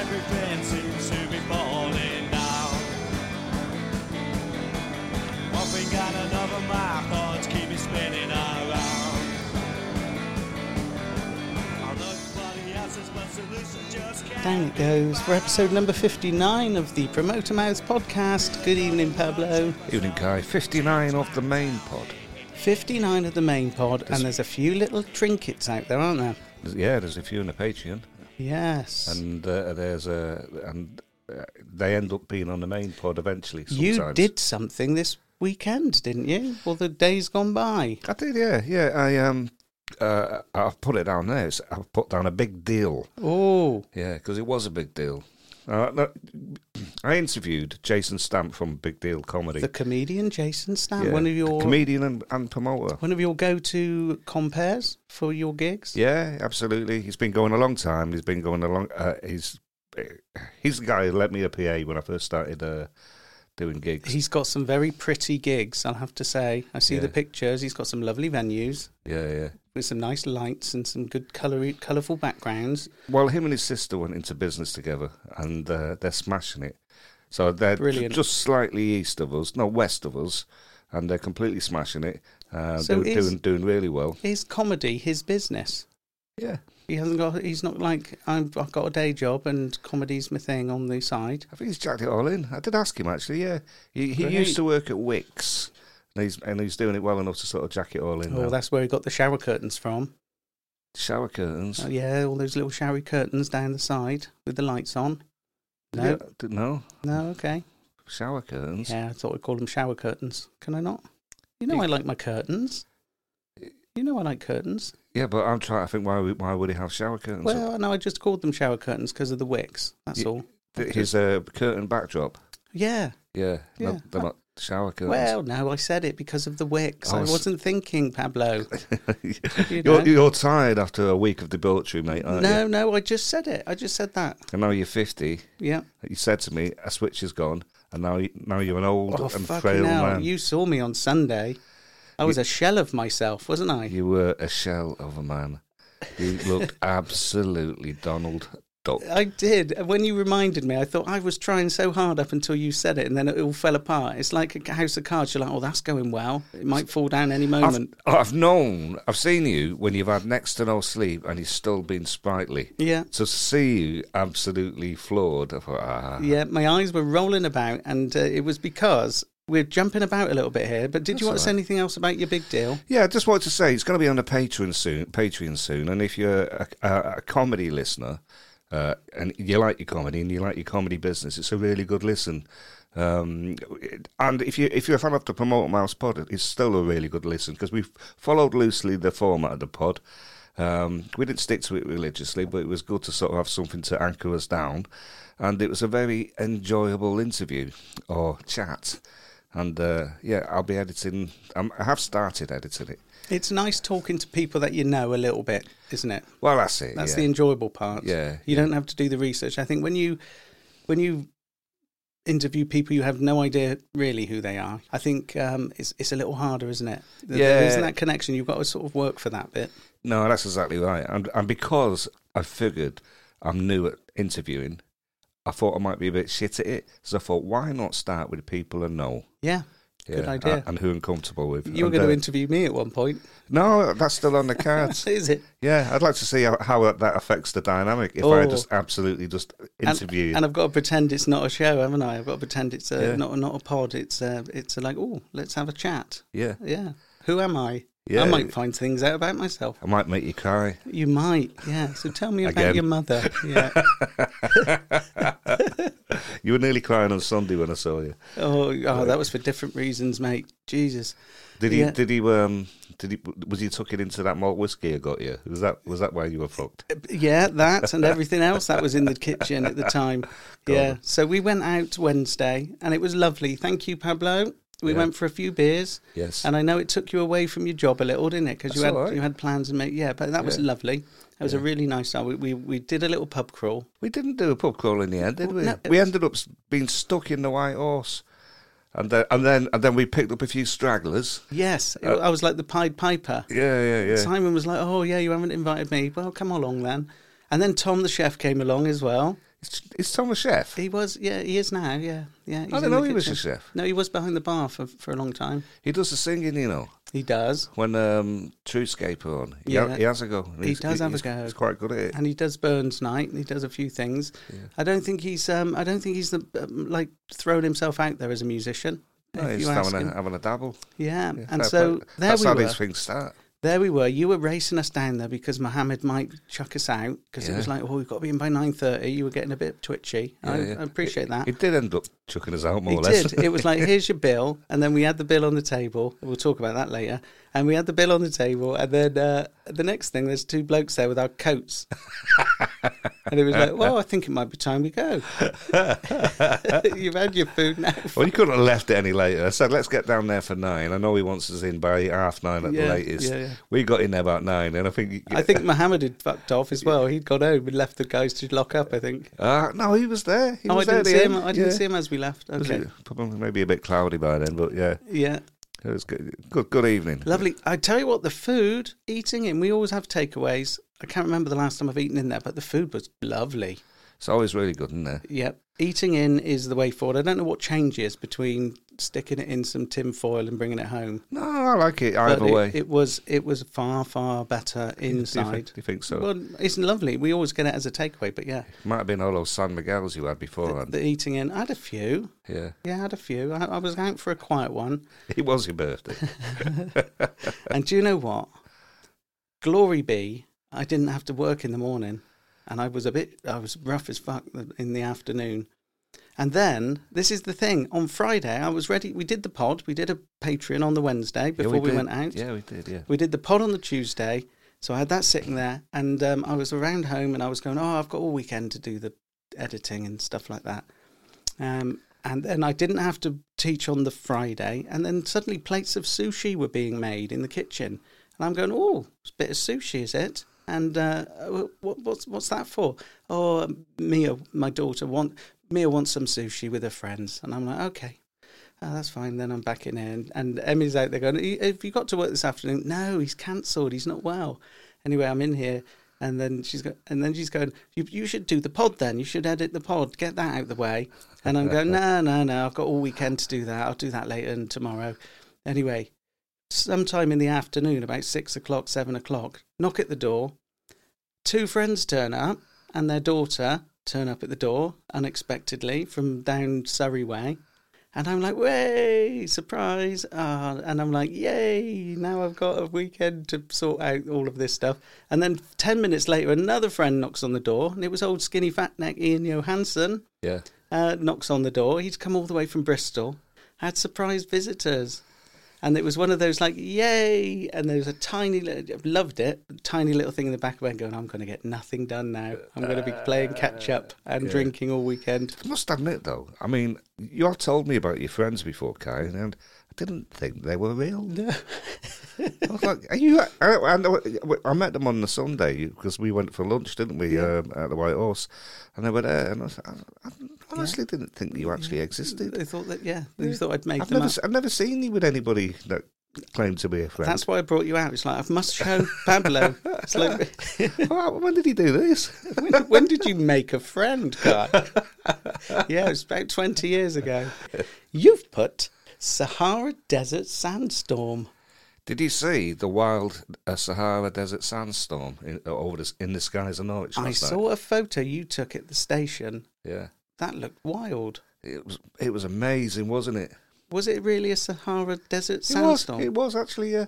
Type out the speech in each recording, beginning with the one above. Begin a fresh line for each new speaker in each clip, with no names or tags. everything seems to be falling down. One thing got another, my thoughts keep me spinning around.
Down it goes for episode number 59 of the Promoter Mouse podcast. Good evening, Pablo.
Evening, Kai. 59 off the main pod.
59 of the main pod, and there's a few little trinkets out there, aren't there?
There's- Yeah, there's a few in the Patreon,
Yes.
and uh, there's a and uh, they end up being on the main pod eventually. Sometimes.
you did something this weekend, didn't you? Well, the days gone by.
I did. Yeah, yeah. I um, uh, I've put it down there. It's, I've put down a big deal.
Oh,
Yeah, because it was a big deal. Uh, no, I interviewed Jason Stamp from Big Deal Comedy.
the comedian Jason Stamp,
Yeah,
one of your
comedian and, and promoter.
one of your go-to compares for your gigs.
Yeah, absolutely. He's been going a long time. He's been going a long. Uh, he's he's the guy who let me a PA when I first started uh, doing gigs.
He's got some very pretty gigs, I'll have to say. I see the
Yeah.
pictures. He's got some lovely venues
yeah, yeah.
with some nice lights and some good colour, colourful backgrounds.
Well, him and his sister went into business together, and uh, they're smashing it. So they're ju-
Brilliant.
just slightly east of us, no, west of us, and they're completely smashing it. Uh,
So
do-
is-
doing doing really well.
Is comedy his business?
Yeah,
He hasn't got. He's not like I've, I've got a day job and comedy's my thing on the side.
I think he's jacked it all in. I did ask him actually. Yeah, he, he
Great.
used to work at Wicks, and he's and he's doing it well enough to sort of jack it all in.
Oh,
now.
that's where he got the shower curtains from.
shower curtains.
Oh, yeah, all those little shower curtains down the side with the lights on. No,
Yeah, d- no.
no, okay.
Shower curtains.
Yeah, I thought we called them shower curtains. Can I not? You know,
You-
I like my curtains. You know, I like curtains.
Yeah, but I'm trying to think why would- why would he have shower curtains? up?
Well, no, I just called them shower curtains because of the wicks. That's
Yeah.
all.
Th- his uh, curtain backdrop.
Yeah.
Yeah, no,
Yeah.
they're not shower curtains.
Well, no, I said it because of the wicks.
Oh,
I
s- uh,
wasn't thinking, Pablo. You know?
you're, you're tired after a week of debauchery, mate, aren't
no,
you?
no, I just said it. I just said that.
And now you're 50.
Yeah.
You said to me, a switch is gone, and now you, now you're an old
Oh,
and
fucking
frail
hell.
man. You...
You saw me on Sunday. I was a shell of myself, wasn't I?
were a shell of a man. You looked absolutely Donald Duck.
I did. When you reminded me, I thought I was trying so hard up until you said it, and then it all fell apart. It's like a house of cards. You're like, oh, that's going well. It might fall down any
I've,
moment.
I've known, I've seen you when you've had next to no sleep and you've still been sprightly.
yeah.
To see you absolutely floored, I thought, ah.
Yeah, my eyes were rolling about, and uh, it was because we're jumping about a little bit here. But did you
That's
want to
all
say
right.
anything else about your big deal?
Yeah, I just wanted to say it's going to be on the Patreon soon. Patreon soon, and if you're a, a, a comedy listener uh, and you like your comedy and you like your comedy business, it's a really good listen. Um, it- and if you if you're a fan of the Promote Mouse Pod, it's still a really good listen because we've followed loosely the format of the pod. Um, we didn't stick to it religiously, but it was good to sort of have something to anchor us down. And it was a very enjoyable interview or chat. And uh, yeah, I'll be editing. Um, I have started editing it.
It's nice talking to people that you know a little bit, isn't it?
Well, that's it.
That's
yeah.
the enjoyable part.
Yeah,
you don't have to do the research. I think when you when you interview people, you have no idea really who they are. I think um, it's it's a little harder, isn't it? There- there
Yeah.
isn't that connection. You've got to sort of work for that bit.
No, that's exactly right. And and because I figured I'm new at interviewing, I thought I might be a bit shit at it. So I thought, why not start with people I know?
Yeah, Good idea.
And who I'm comfortable with.
you were
And,
going to
uh,
interview me at one point.
No, that's still on the cards.
Is it?
yeah, I'd like to see how, how that affects the dynamic if I
Oh.
just absolutely just
And-
interview you.
And, I've got to pretend it's not a show, haven't I? I've got to pretend it's a,
Yeah.
not not a pod. It's a, it's a like, oh, let's have a chat.
yeah.
Yeah. Who am I?
Yeah.
I might find things out about myself.
I might make you cry.
You might, yeah. So tell me about
Again.
your mother. Yeah.
You were nearly crying on Sunday when I saw you.
oh, oh, that was for different reasons, mate. Jesus.
Did he?
Yeah.
Did he? Um. Did he? Was he took it into that malt whiskey I got you? Was that? Was that why you were fucked?
Uh, Yeah, that and everything else that was in the kitchen at the time. Yeah. So we went out Wednesday and it was lovely. Thank you, Pablo. We
Yeah.
went for a few beers.
Yes.
And I know it took you away from your job a little, didn't it? Because you
That's
had
all right.
you had plans and make yeah, but that was
Yeah.
lovely. It was a really nice time. We, we we did a little pub crawl.
We didn't do a pub crawl in the end, did we?
no.
we ended up s- being stuck in the White Horse, and then and then and then we picked up a few stragglers.
Yes,
Uh,
it- I was like the Pied Piper.
Yeah, yeah, yeah.
Simon was like, "Oh yeah, you haven't invited me. Well, come along then." And then Tom the chef came along as well.
It's, it's Tom a chef?
He was, yeah, he is now, yeah, yeah. he's
I
in
don't
the
know he was a
kitchen.
chef.
No, he was behind the bar for, for a long time.
He does the singing, you know.
He does,
When um, Truescape are on, he,
Yeah.
ha- he has a go. and
He
he's-
does have a
he's-
go.
He's quite good at it.
and he does Burns Night, and he does a few things. I don't think he's, um, I don't think he's the um, like thrown himself out there as a musician.
No,
if
he's
you ask
having
him.
a, having a dabble.
yeah.
Yeah,
and
that-
so
that-
there
that's
we
how
were.
these things start.
There we were. You were racing us down there because Mohammed might chuck us out because it
Yeah.
was like, oh, we've got to be in by nine thirty. You were getting a bit twitchy. I,
Yeah, yeah.
I appreciate that.
It did end up chucking us out more
He
or less.
did. It was like, here's your bill, and then we had the bill on the table. We'll talk about that later. And we had the bill on the table, and then uh, the next thing, there's two blokes there with our coats, and it was like, well, I think it might be time we go. You've had your food now.
Well, you couldn't have left it any later. I said, let's get down there for nine. I know he wants us in by half nine at
Yeah,
the latest.
yeah, yeah.
We got in there about nine, and I think.
I think Mohammed had fucked off as well. He'd gone home and left the guys to lock up. I think.
Uh, no, he was there. He
oh, I
was there
didn't
at
see
the
him.
end.
I didn't
Yeah.
see him as we left.
Was
Okay.
it probably maybe a bit cloudy by then, but yeah,
Yeah.
it was good. Good, good evening.
Lovely. I tell you what, the food, eating in, we always have takeaways. I can't remember the last time I've eaten in there, but the food was lovely.
It's always really good, isn't it?
Yep. Eating in is the way forward. I don't know what changes between sticking it in some tin foil and bringing it home.
No, I like it
But
either
it,
way.
it was it was far far better
do, you think,
inside.
do you think so?
Well, it's lovely. We always get it as a takeaway, but yeah,
Might have been all those San Miguel's you had beforehand.
the eating in. I had a few.
yeah,
Yeah, I had a few. I, I was out for a quiet one,
it was your birthday.
and do you know what? Glory be, I didn't have to work in the morning, and I was a bit I was rough as fuck in the afternoon. And then this is the thing. On Friday, I was ready. We did the pod. We did a Patreon on the Wednesday
Yeah,
before we,
did.
went out.
Yeah, we did. Yeah.
We did the pod on the Tuesday, so I had that sitting there, and um, I was around home, and I was going, "Oh, I've got all weekend to do the editing and stuff like that." Um, and then I didn't have to teach on the Friday, and then suddenly plates of sushi were being made in the kitchen, and I'm going, "Oh, it's a bit of sushi, is it?" And uh, wh- what, what's what's that for? Oh, Mia, my daughter want Mia wants some sushi with her friends, and I'm like, "Okay." Oh, that's fine. Then I'm back in here. And, and Emmy's out there going, "E- Have you got to work this afternoon? No, he's cancelled. He's not well. Anyway, I'm in here. And then she's go- and then she's going, you, you should do the pod then. You should edit the pod. Get that out of the way. And I'm going, No, no, no. I've got all weekend to do that. I'll do that later and tomorrow. Anyway, sometime in the afternoon, about six o'clock, seven o'clock, knock at the door. Two friends turn up and their daughter turn up at the door unexpectedly from down Surrey way. And I'm like, way, surprise. Ah, and I'm like, yay, now I've got a weekend to sort out all of this stuff. And then 10 minutes later, another friend knocks on the door, and it was old skinny fat neck Ian Johansson
Yeah.
uh, knocks on the door. He'd come all the way from Bristol, had surprise visitors. And it was one of those like, yay! And there was a tiny little, loved it, tiny little thing in the back of my head going, I'm going to get nothing done now. I'm going to be playing catch up and drinking all weekend.
I must admit, though, I mean, you have told me about your friends before, Kai, and I didn't think they were real. I was like, are you? I, I, know- I met them on the Sunday because we went for lunch, didn't we, um, at the White Horse? And they were there, and I, was, I, I honestly didn't think you actually existed.
They thought that, yeah, they thought I'd made
I've
them
never,
up.
s- I've never seen you with anybody that claimed to be a friend.
That's why I brought you out. It's like I must show Pablo. It's like
Oh, when did he do this?
when, when did you make a friend, guy? yeah, it was about twenty years ago. You've put Sahara Desert Sandstorm.
Did you see the wild uh, Sahara desert sandstorm in, uh, over the, in the skies of Norwich?
I
last night?
saw a photo you took at the station.
Yeah,
That looked wild.
it was it was amazing, wasn't it?
Was it really a Sahara Desert
It was-
Sandstorm?
It was, actually, yeah.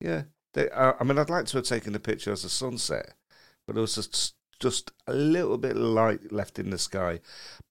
Yeah. They, uh, I mean, I'd like to have taken the picture as the sunset, but there was just, just a little bit of light left in the sky.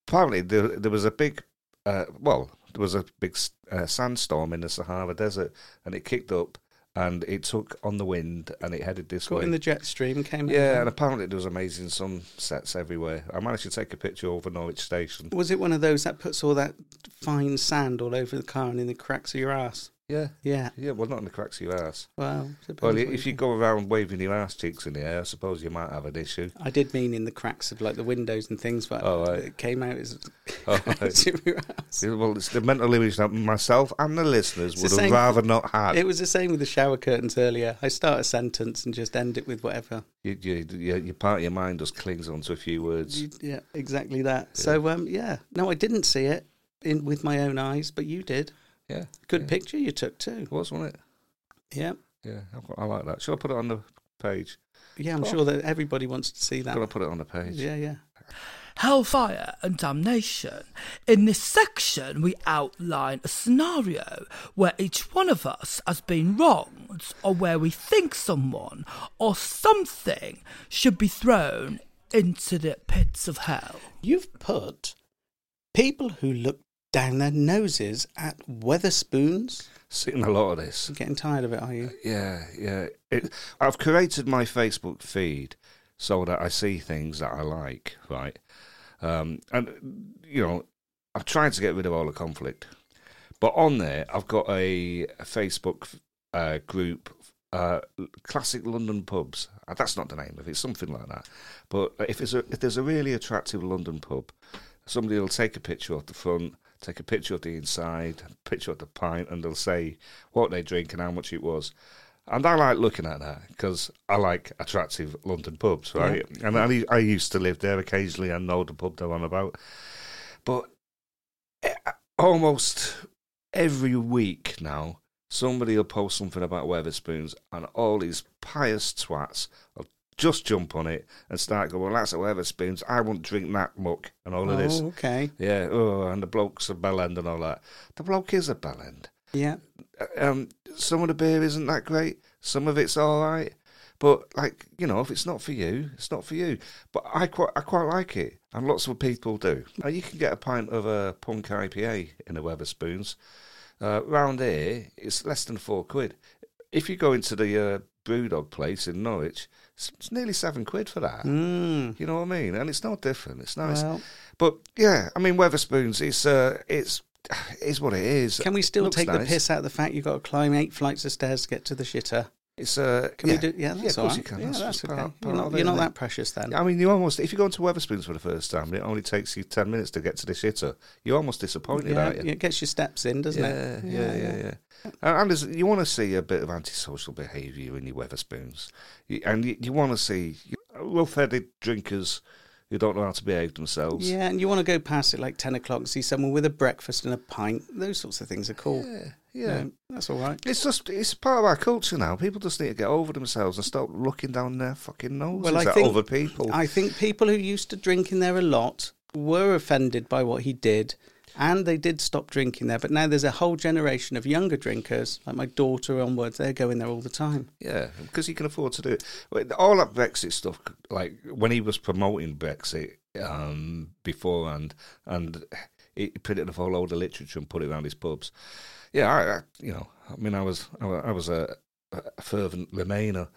Apparently, there, there was a big, uh, well, there was a big s- uh, sandstorm in the Sahara Desert, and it kicked up, and it took on the wind, and it headed this
Caught
way.
in the jet stream. Came
yeah,
out.
and apparently there was amazing sunsets everywhere. I managed to take a picture over Norwich Station.
Was it one of those that puts all that fine sand all over the car and in the cracks of your ass?
Yeah.
Yeah.
Yeah, well, not in the cracks of your ass.
Well,
Well,
suppose
i-
what
if you
think.
go around waving your ass cheeks in the air, I suppose you might have an issue.
I did mean in the cracks of like the windows and things, but
Oh, right.
it came out as
Oh, right.
your ass.
Yeah, Well, it's the mental image that myself and the listeners
It's the
would have
same-
rather not had.
It was the same with the shower curtains earlier. I start a sentence and just end it with whatever.
you, you, you, your part of your mind just clings onto a few words.
You- yeah, exactly that. So um, yeah, no, I didn't see it in with my own eyes, but you did.
Yeah.
Good
yeah.
picture you took too.
It was, wasn't it?
Yeah,
Yeah, I, quite- I like that. Shall I put it on the page?
yeah. I'm
Oh.
sure that everybody wants to see that.
Gotta put it on the page.
Yeah, yeah.
Hellfire and Damnation. In this section, we outline a scenario where each one of us has been wronged, or where we think someone or something should be thrown into the pits of hell.
You've put people who look down their noses at Weatherspoons.
Seen a lot of this.
You're getting tired of it, are you?
Yeah, yeah. It, I've created my Facebook feed so that I see things that I like, right? Um, and you know, I'm trying to get rid of all the conflict, but on there, I've got a, a Facebook uh, group, uh, classic London pubs. Uh, That's not the name of it, something like that. But if it's a, if there's a really attractive London pub, somebody will take a picture of the front. Take a picture of the inside, picture of the pint, and they'll say what they drink and how much it was. And I like looking at that because I like attractive London pubs, right? And I, I used to live there occasionally and know the pub they're on about. But eh, almost every week now, somebody will post something about Weatherspoons, and all these pious twats will just jump on it and start going, well, that's a Weatherspoons. I won't drink that muck and all
oh,
of this.
okay.
Yeah, oh, and the bloke's a bellend and all that. The bloke is a bellend
Yeah.
um, some of the beer isn't that great. Some of it's all right. But like you know, if it's not for you, it's not for you. But I quite I quite like it, and lots of people do. Now you can get a pint of a punk IPA in a Weatherspoons. Uh, round here, it's less than four quid. If you go into the uh, Brewdog place in Norwich, it's, it's nearly seven quid for that.
Mm.
You know what I mean? And it's not different. It's nice.
Well,
But yeah, I mean Weatherspoons. It's uh, it's is what it is.
can we still
Looks
take the
nice.
piss out of the fact you've got to climb eight flights of stairs to get to the shitter?
It's uh,
Can we do? Yeah, that's
yeah, of
all right.
course you can.
Yeah,
that's,
that's
just
okay.
part, part
you're
of
not,
it,
you're not
isn't
that precious then.
it? I mean, you almost if you go into Weatherspoons for the first time, and it only takes you ten minutes to get to the shitter. You're almost disappointed,
yeah,
aren't you?
it gets your steps in, doesn't
Yeah,
it?
yeah, yeah, yeah. And, and there's, you want to see a bit of antisocial behaviour in your Weatherspoons, You- and you, you want to see well-fed drinkers who don't know how to behave themselves.
Yeah, and you want to go past it like 10 o'clock and see someone with a breakfast and a pint. Those sorts of things are cool.
yeah,
Yeah,
yeah.
that's all right.
It's just it's part of our culture now. People just need to get over themselves and stop looking down their fucking noses
Well, I
at
think-
other people.
I think people who used to drink in there a lot were offended by what he did and they did stop drinking there. But now there's a whole generation of younger drinkers, like my daughter onwards, they're going there all the time.
Yeah, because he can afford to do it. Well, All that Brexit stuff, like when he was promoting Brexit um, beforehand, and he printed a whole load of literature and put it around his pubs. Yeah, I, I you know, I mean, I was I wa- I was a, a fervent Remainer,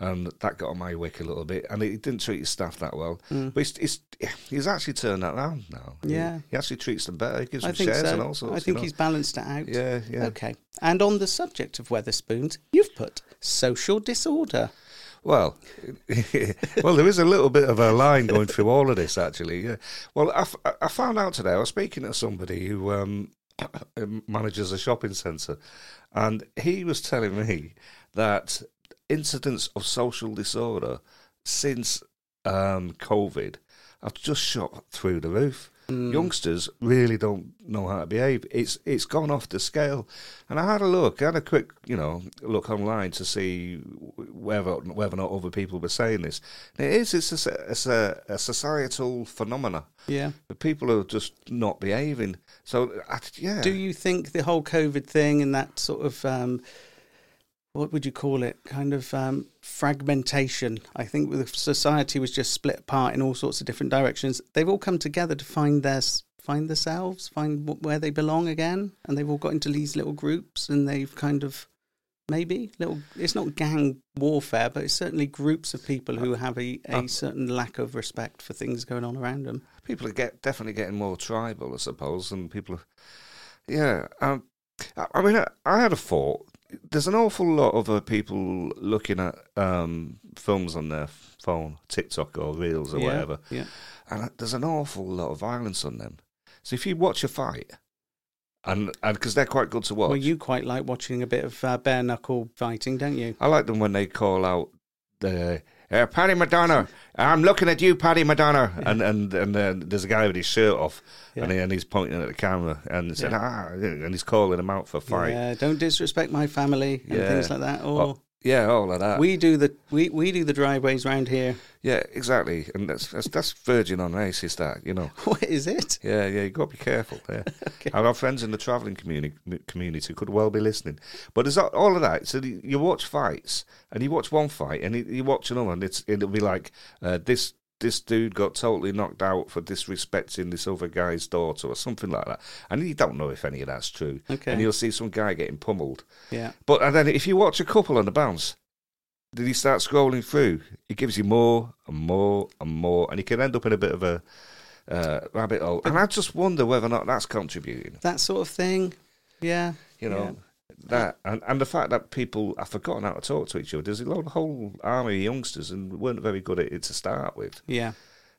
and that got on my wick a little bit. And he didn't treat his staff that well, but it's, it's he's actually turned that round now. He-
Hmm. Yeah.
he, actually treats them better. He gives
I
them
think
shares and
so.
all sorts.
I
you
think
know.
he's balanced it out.
yeah, yeah.
Okay. And on the subject of Weatherspoons, you've put social disorder.
Well, well, there is a little bit of a line going through all of this, actually. Yeah. Well, I, f- I found out today. I was speaking to somebody who um, manages a shopping centre, and he was telling me that incidents of social disorder since um, COVID have just shot through the roof. Youngsters really don't know how to behave. It's it's gone off the scale, and I had a look. I had a quick, you know, look online to see whether whether or not other people were saying this. And it is. It's a, so- it's a, a societal phenomena.
Yeah.
The people are just not behaving. So I, yeah,
Do you think the whole COVID thing and that sort of um, what would you call it? Kind of um, fragmentation. I think the society was just split apart in all sorts of different directions. They've all come together to find their find themselves, find wh- where they belong again, and they've all got into these little groups and they've kind of maybe little. It's not gang warfare, but it's certainly groups of people
Uh,
who have a, a certain lack of respect for things going on around them.
people are get definitely getting more tribal, I suppose, and people. Are, yeah, um, I, I mean, I, I had a thought. There's an awful lot of uh, people looking at um, films on their phone, TikTok or Reels or
yeah,
whatever,
Yeah.
and there's an awful lot of violence on them. So if you watch a fight, and and because they're quite good to watch,
Well, you quite like watching a bit of uh, bare knuckle fighting, don't you?
I like them when they call out the uh, Paddy Madonna. I'm looking at you, Paddy Madonna, and and and uh, there's a guy with his shirt off, and, he, and he's pointing at the camera and saying ah, and he's calling him out for fight. Yeah,
Yeah. Don't disrespect my family and
Yeah.
things like that. Or
oh, yeah all of that.
we do the we, we do the driveways round here.
yeah, exactly, and that's that's, that's virgin on racist, that you know.
What is it?
Yeah, yeah, you got to be careful. Yeah, and our friends in the travelling community community could well be listening. But there's a- all of that. So you you watch fights, and you watch one fight, and you- you watch another, and it's it'll be like uh, this. This dude got totally knocked out for disrespecting this other guy's daughter or something like that. And you don't know if any of that's true.
Okay.
And you'll see some guy getting pummeled.
Yeah.
But and then if you watch a couple on the bounce, then you start scrolling through. It gives you more and more and more, and you can end up in a bit of a uh, rabbit hole. And I just wonder whether or not that's contributing.
That sort of thing. Yeah.
You know. That and, and the fact that people have forgotten how to talk to each other. There's a lot- whole army of youngsters and weren't very good at it to start with
Yeah. yeah.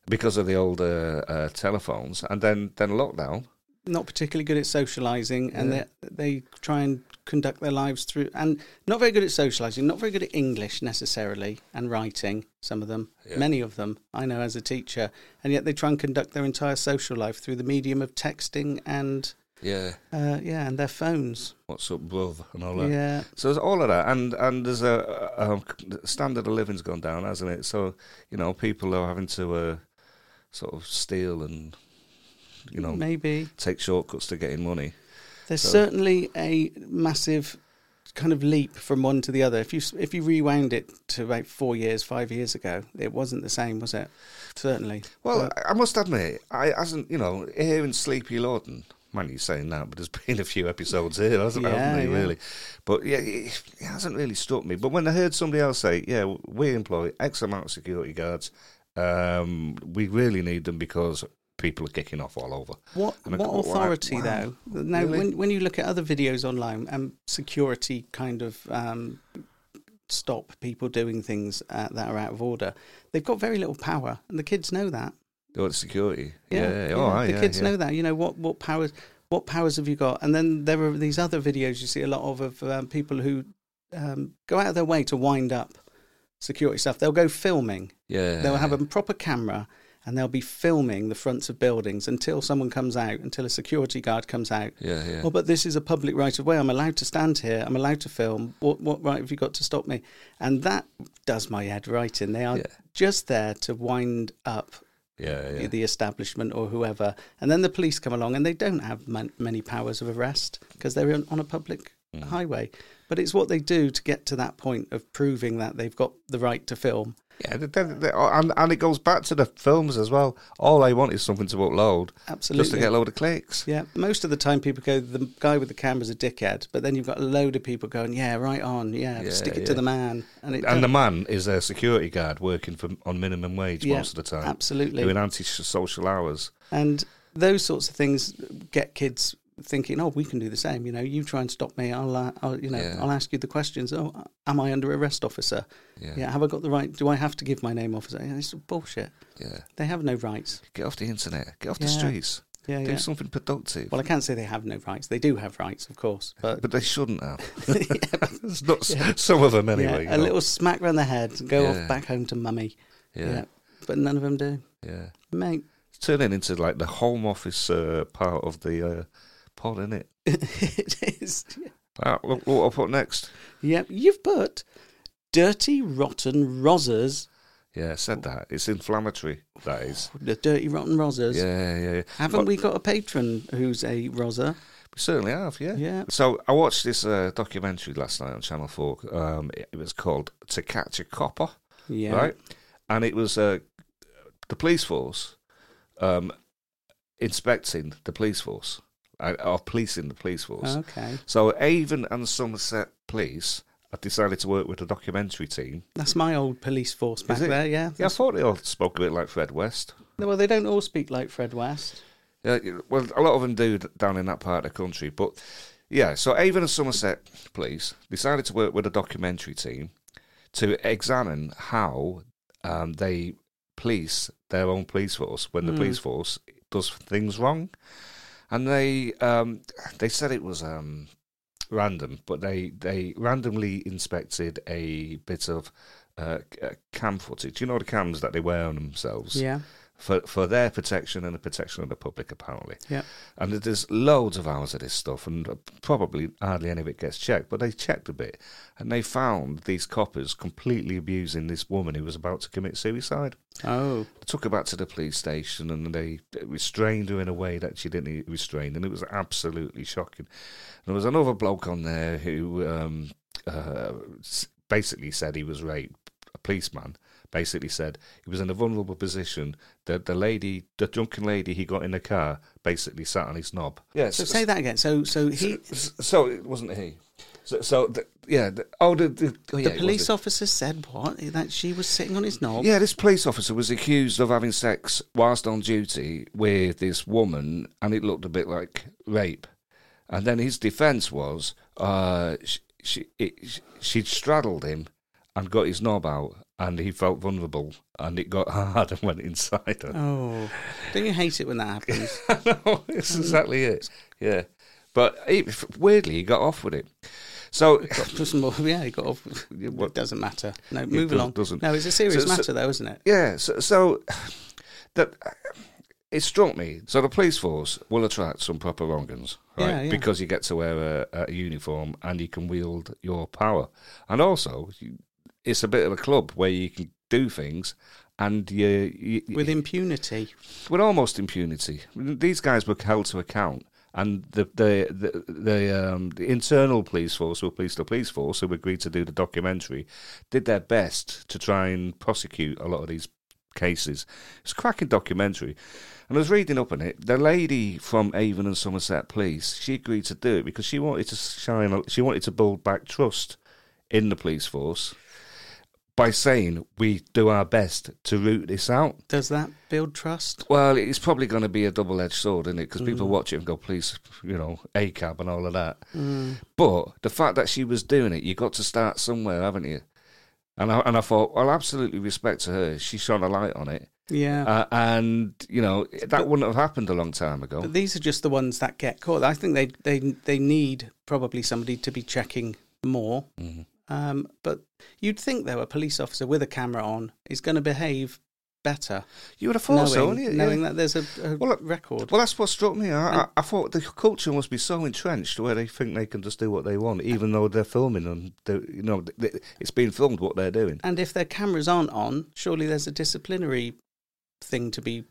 because of the old uh, uh, telephones. And then then lockdown.
Not particularly good at socialising, and they they try and conduct their lives through, and not very good at socialising. Not very good at English necessarily, and writing. Some of them, many of them, I know as a teacher, and yet they try and conduct their entire social life through the medium of texting and
Yeah.
uh, yeah, and their phones.
What's up, bruv? And all that.
Yeah.
So there's all of that, and and there's a, a, a standard of living's gone down, hasn't it? So you know, people are having to uh, sort of steal and you know
Maybe.
take shortcuts to getting money.
There's certainly a massive kind of leap from one to the other. If you if you rewound it to about four years, five years ago, it wasn't the same, was it? Certainly.
Well, uh, I I must admit, I hasn't you know here in Sleepy Lawton. Man, you're saying that, but there's been a few episodes here, hasn't there?
Yeah,
Haven't there,
yeah.
really? But yeah, it, it hasn't really struck me. But when I heard somebody else say, "Yeah, we employ X amount of security guards," um, we really need them because people are kicking off all over.
what
And I
what
go, "Wow,
authority
wow,
though? Now,
really?"
when when you look at other videos online and security kind of um, stop people doing things uh, that are out of order, they've got very little power, and the kids know that.
Oh, it's security.
Yeah,
Yeah.
yeah,
Oh, aye,
the
yeah,
kids
yeah.
know that. You know what what powers what powers have you got? And then there are these other videos you see a lot of of um, people who um, go out of their way to wind up security stuff. They'll go filming.
Yeah.
They'll have a proper camera and they'll be filming the fronts of buildings until someone comes out, until a security guard comes out.
Yeah, yeah.
Oh, but this is a public right of way. I'm allowed to stand here. I'm allowed to film. What what right have you got to stop me? And that does my head right in. They are
Yeah.
just there to wind up
yeah, yeah.
the establishment or whoever. And then the police come along and they don't have man- many powers of arrest because they're on, on a public
Mm.
highway. But it's what they do to get to that point of proving that they've got the right to film.
yeah they- they- they- oh, and, and it goes back to the films as well. All I want is something to upload,
Absolutely.
just to get a load of clicks.
Yeah, most of the time people go, the guy with the camera's a dickhead, but then you've got a load of people going, yeah, right on, yeah,
Yeah,
stick it
yeah.
to the man. And, it
And the
don't-
man is a security guard working for on minimum wage
Yeah,
most of the time.
absolutely.
doing anti-social hours.
and those sorts of things get kids thinking, oh, we can do the same. You know, you try and stop me, I'll, uh, I'll you know,
Yeah.
I'll ask you the questions. Oh, am I under arrest, officer?
Yeah.
Yeah, have I got the right? Do I have to give my name off? Yeah, It's bullshit.
Yeah,
They have no rights.
get off the internet, get off the
Yeah.
streets,
Yeah,
do
yeah.
something productive.
Well, I can't say they have no rights. They do have rights, of course, but,
but they shouldn't have. it's not s- some of them
yeah,
anyway. you
a
know.
little smack round the head and go
Yeah.
off back home to mummy.
Yeah.
but none of them do,
yeah.
mate.
It's turning into like the Home Office uh, part of the uh, pod, is it?
it is.
Uh, look, what I'll put next.
Yep, you've put dirty, rotten rozzers.
Yeah, I said that. It's inflammatory. That is.
The dirty, rotten rozzers.
Yeah, yeah. yeah.
Haven't
But
we got a patron who's a rozzer?
we certainly have. Yeah.
Yeah.
So I watched this uh, documentary last night on Channel Four. Um, it, it was called "To Catch a Copper,"
Yeah.
right? And it was uh, the police force um, inspecting the police force uh, or policing the police force.
Okay.
So Avon and Somerset Police have decided to work with a documentary team.
That's my old police force back
it?
there, yeah.
Yeah, I thought they all spoke a bit like Fred West.
Well, they don't all speak like Fred West.
Yeah, well, a lot of them do d- down in that part of the country, but Yeah, so Avon and Somerset Police decided to work with a documentary team to examine how um, they police their own police force when the police force does things wrong. And they um, they said it was um, random, but they, they randomly inspected a bit of uh, c- uh, cam footage. You know the cams that they wear on themselves
Yeah.
for for their protection and the protection of the public, apparently.
Yeah.
And there's loads of hours of this stuff, and probably hardly any of it gets checked. But they checked a bit, and they found these coppers completely abusing this woman who was about to commit suicide.
Oh.
They took her back to the police station, and they restrained her in a way that she didn't need restrained, and it was absolutely shocking. There was another bloke on there who um, uh, s- basically said he was raped. A policeman basically said he was in a vulnerable position. That the lady, the drunken lady he got in the car, basically sat on his knob. Yeah,
So say that again. So so he
So, so it wasn't he. So, so the, yeah. The, oh, the, the, oh, yeah,
the
it
police
was it.
officer said what? That she was sitting on his knob.
Yeah, this police officer was accused of having sex whilst on duty with this woman, and it looked a bit like rape. And then his defence was uh, she, she, it, sh she'd straddled him and got his knob out, and he felt vulnerable, and it got hard and went inside her.
Oh. Don't you hate it when that happens?
no, it's exactly it. Yeah. But he, weirdly, he got off with it. So
Put some more- yeah, he got off. It doesn't matter. No, move
does-
along.
doesn't.
No, it's a serious
So- so-
matter though, isn't it?
Yeah, so, so that it struck me. So the police force will attract some proper wrongans, right?
Yeah, yeah.
Because you get to wear a, a uniform and you can wield your power, and also you, it's a bit of a club where you can do things. And you, you,
With impunity.
with almost impunity. These guys were held to account, and the the the, the, um, the internal police force, or police the police force, who agreed to do the documentary, did their best to try and prosecute a lot of these cases. It's a cracking documentary. And I was reading up on it. The lady from Avon and Somerset Police, she agreed to do it because she wanted to shine. She wanted to build back trust in the police force by saying we do our best to root this out.
Does that build trust?
Well, it's probably going to be a double edged sword, isn't it? Because people watch it and go, please, you know, ACAB and all of that. But the fact that she was doing it, you got to start somewhere, haven't you? And I, and I thought, well, absolutely respect to her. She shone a light on it.
Yeah.
Uh, and, you know, that wouldn't have happened a long time ago.
But these are just the ones that get caught. I think they they they need probably somebody to be checking more.
Mm-hmm.
Um, but you'd think though, a police officer with a camera on is going to behave better,
you would have thought so,
knowing,
wouldn't you?
knowing
Yeah.
that there's a, a
Well, look,
record.
Well, that's what struck me. I, I, I thought the culture must be so entrenched where they think they can just do what they want, even though they're filming and, they- you know, th- th- it's being filmed what they're doing.
and if their cameras aren't on, surely there's a disciplinary thing to be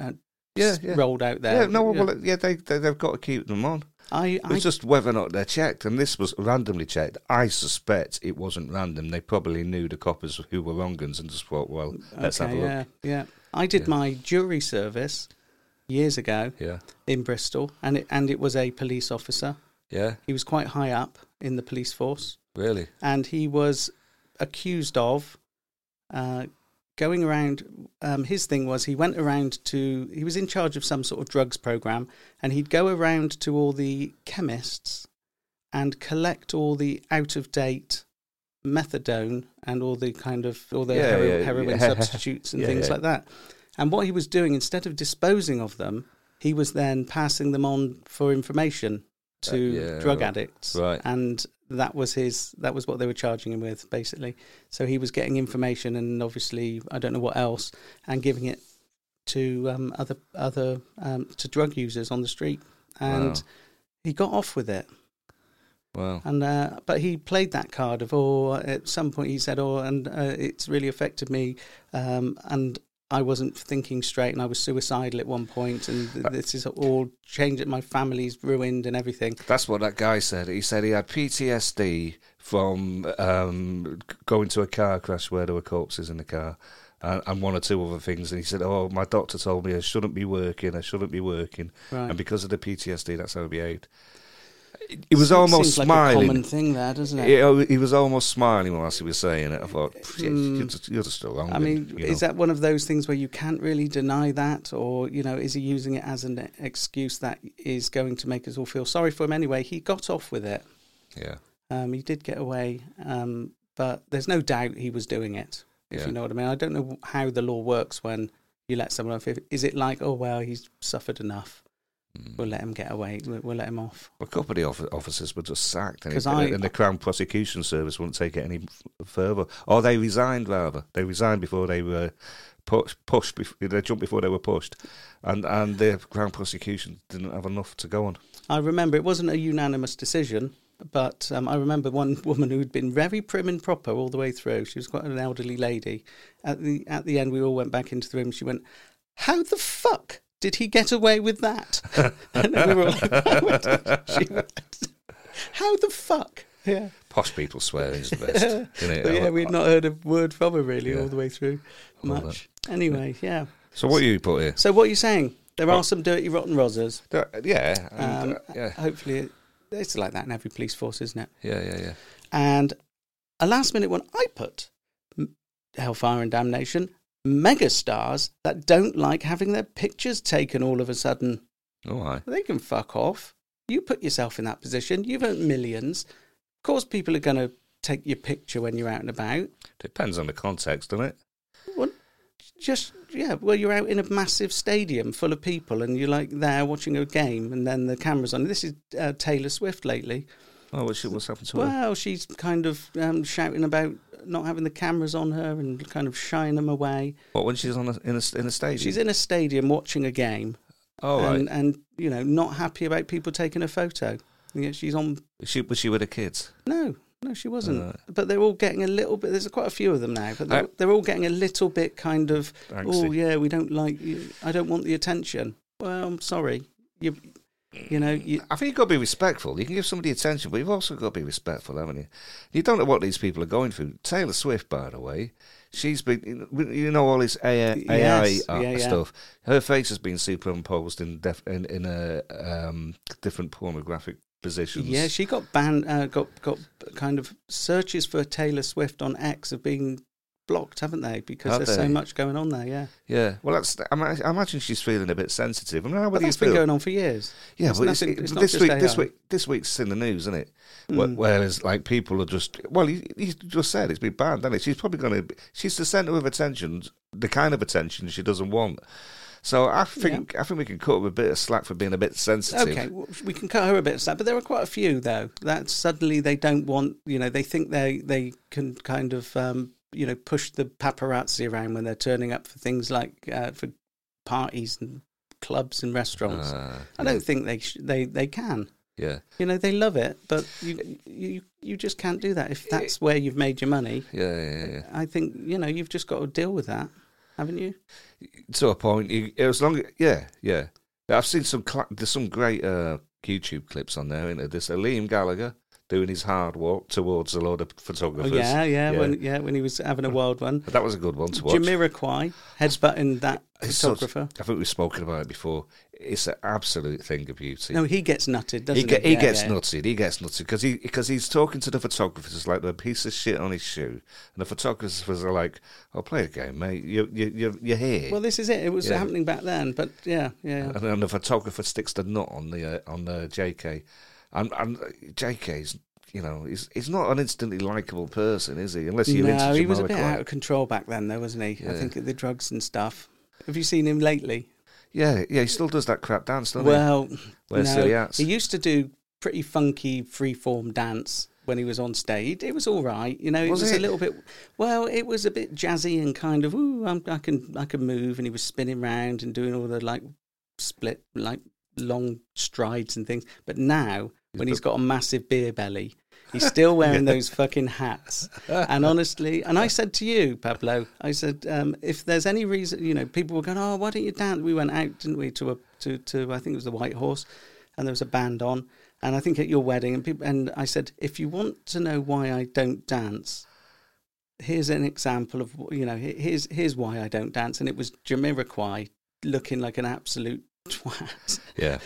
uh,
Yeah,
s-
yeah.
rolled out there.
Yeah, no, well, yeah, they, they they've got to keep them on.
I, I
It's just whether or not they're checked, and this was randomly checked. I suspect it wasn't random. They probably knew the coppers who were wrongans and just thought, well, let's
okay,
have a look.
yeah, yeah. I did
Yeah.
my jury service years ago
Yeah,
in Bristol, and it and it was a police officer.
yeah,
He was quite high up in the police force,
really.
and he was accused of uh, going around. Um, his thing was he went around to. He was in charge of some sort of drugs program, and he'd go around to all the chemists and collect all the out of date methadone and all the kind of all the
Yeah,
hero-
yeah,
heroin
yeah.
substitutes and
Yeah,
things
yeah.
like that. And what he was doing instead of disposing of them, he was then passing them on for information to
Uh, yeah,
drug
right.
addicts
Right.
and that was his that was what they were charging him with basically so he was getting information and obviously i don't know what else and giving it to um, other other um, to drug users on the street and
Wow.
he got off with it
Wow.
and uh, but he played that card of oh at some point he said oh and uh, it's really affected me um, and I wasn't thinking straight and I was suicidal at one point and
Uh,
th- this is all changed my family's ruined and everything
That's what that guy said. He said he had PTSD from um, g- going to a car crash where there were corpses in the car. And and one or two other things, and he said, "Oh, my doctor told me I shouldn't be working. I shouldn't be working,
Right.
and because of the PTSD, that's how I behaved." It was almost
Seems like a
smiling.
common thing there, doesn't it?
He, oh, he was almost smiling whilst he was saying it. I thought, "Pff, yeah, you're, just, you're just a wrong
Mm. I
one,"
mean,
you
is
know.
that one of those things where you can't really deny that, or you know, is he using it as an excuse that is going to make us all feel sorry for him anyway? He got off with it.
yeah,
Um, he did get away, um, but there's no doubt he was doing it. If
Yeah.
you know what I mean, I don't know how the law works when you let someone off. If- Is it like, oh well, he's suffered enough, we'll let him get away, we'll, we'll let him off?
Mm. a couple of the offi- officers were just sacked, and,
'Cause
it-
I-
and the Crown Prosecution Service wouldn't take it any f- further, or they resigned rather. They resigned before they were pu- pushed. Bef- they jumped before they were pushed, and and the Crown Prosecution didn't have enough to go on.
I remember it wasn't a unanimous decision, but um, I remember one woman who'd been very prim and proper all the way through. She was quite an elderly lady. At the at the end, we all went back into the room. She went, "How the fuck did he get away with that?" and we were all like, "How did-" she went, "How the fuck?" Yeah,
Posh people swearing is the best. isn't it?
but yeah, we'd not heard a word from her really
Yeah.
all the way through.
love
Much anyway, yeah.
So what you put here?
So what are you saying? There
Well-
are some dirty rotten rosers.
There- Yeah, and,
Um,
uh, yeah,
Hopefully, it, it's like that in every police force, isn't it?
yeah, yeah, yeah.
And a last minute one I put M- Hellfire and Damnation, megastars that don't like having their pictures taken all of a sudden.
All right.
They can fuck off. You put yourself in that position. You've earned millions. Of course, people are going to take your picture when you're out and about.
Depends on the context, doesn't it?
Well, just, yeah, well, you're out in a massive stadium full of people and you're like there watching a game and then the camera's on. This is uh, Taylor Swift lately.
Oh, what's, what's happened to her?
Well, she's kind of um, shouting about not having the cameras on her and kind of shying them away.
What when she's on a, in a in a stage?
She's in a stadium watching a game
Oh, right.
and, and, you know, not happy about people taking a photo. Yeah, she's on.
She was she with her kids.
No, no, she wasn't.
Right.
But they're all getting a little bit. There's quite a few of them now, but they're,
I-
they're all getting a little bit kind of, oh,
Angsty.
yeah, we don't like you. I don't want the attention. Well, I'm sorry. You, you know, you,
I think you've got to be respectful. You can give somebody attention, but you've also got to be respectful, haven't you? You don't know what these people are going through. Taylor Swift, by the way, she's been, you know, all this AI,
Yes,
AI
yeah, yeah.
uh, stuff. Her face has been superimposed in def, in, in a, um, different pornographic positions.
Yeah, she got banned. Uh, got got kind of searches for Taylor Swift on X have been blocked, haven't they? Because
Have
there's
they?
so much going on there. Yeah,
yeah. Well, that's. I ma- I imagine she's feeling a bit sensitive. I mean, how
but
would you
that's been
feel?
going on for years.
Yeah,
It's
but
nothing-
it's,
it's
it-
not
this
just Hmm.
week, this
AI.
week, this week's in the news, isn't it? Wh- Whereas, like, people are just well, you, you just said it's been banned, hasn't it? She's probably going to, she's the centre of attention, the kind of attention she doesn't want. So I think I think we can cut her a bit of slack for being a bit sensitive.
Okay, well, we can cut her a bit of slack, but there are quite a few though that suddenly they don't want. You know, they think they they can kind of um, you know push the paparazzi around when they're turning up for things like uh, for parties and clubs and restaurants.
Uh,
I don't think they sh- they they can.
yeah,
You know, they love it, but you you you just can't do that if that's where you've made your money.
yeah, yeah, yeah.
I think you know you've just got to deal with that, haven't you?
to a point. You, as long, yeah, yeah. I've seen some cla there's some great uh, YouTube clips on there. Isn't there? There's uh, Liam Gallagher doing his hard walk towards a load of
Oh
photographers.
yeah, yeah, when yeah when he was having a wild one.
That was a good one to watch.
Jamiroquai headbutting that
It's such-
photographer.
I think we've spoken about it before. It's an absolute thing of beauty.
No, he gets nutted, doesn't
he,
he?
ge- he
Yeah,
gets
yeah.
nutted. He gets nutted because he because he's talking to the photographers like they're a piece of shit on his shoe, and the photographers are like, "I'll play a game, mate. You you you you're here."
Well, this is it. It was
Yeah.
happening back then, but yeah, yeah.
and then the photographer sticks the nut on the uh, on the JK, and and JK's you know he's he's not an instantly likable person, is he? Unless you're
No,
into
he was a bit
Jamiroquai.
out of control back then, though, wasn't he? I
Yeah.
think the drugs and stuff. Have you seen him lately?
Yeah, yeah. He still does that crap dance, doesn't he?
Well,
Wears
no,
silly hats.
he used to do pretty funky freeform dance when he was on stage. It was all right, you know. It
Was
was,
it?
a little bit. Well, it was a bit jazzy and kind of ooh, I'm, I can I can move, and he was spinning round and doing all the like split like long strides and things. But now, when he's got a massive beer belly. He's still wearing those fucking hats. And honestly, and I said to you, Pablo, I said, um, if there's any reason, you know, people were going, oh, why don't you dance? We went out, didn't we, to, a, to, to I think it was the White Horse, and there was a band on. And I think at your wedding, and, people, and I said, if you want to know why I don't dance, here's an example of, you know, he- here's, here's why I don't dance. And it was Jamiroquai looking like an absolute twat
Yeah,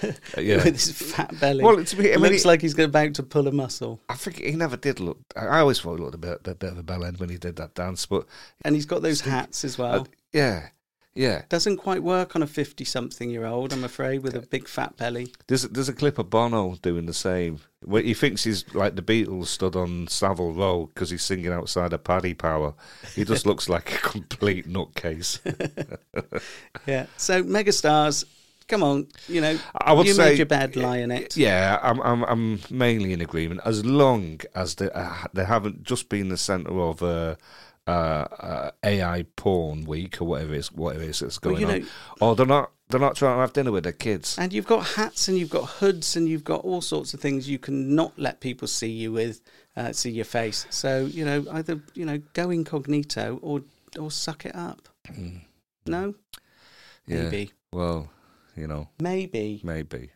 yeah.
with his fat belly.
Well, it's- I mean,
looks
it-
like he's about to pull a muscle,
I think he never did look. I- I always thought he looked a bit, bit, bit of a bell end when he did that dance, but
and he's got those hats as well.
uh, yeah, yeah.
Doesn't quite work on a fifty-something-year-old, I'm afraid, with a big fat belly.
There's a, there's a clip of Bono doing the same. Where he thinks he's like the Beatles stood on Savile Row because he's singing outside a Paddy Power. He just looks like a complete nutcase.
Yeah. So megastars, come on, you know,
I would
you
say
made your bed, Lionette.
Yeah, I'm, I'm I'm mainly in agreement. As long as they, uh, they haven't just been the centre of uh, uh, uh, AI porn week or whatever it's whatever it is that's
Well,
going
you
on,
know-
or they're not they're not trying to have dinner with their kids.
And you've got hats, and you've got hoods, and you've got all sorts of things you can not let people see you with, uh, see your face. So you know, either you know, go incognito or or suck it up. No,
Mm. Yeah.
maybe,
Well, you know,
maybe.
maybe.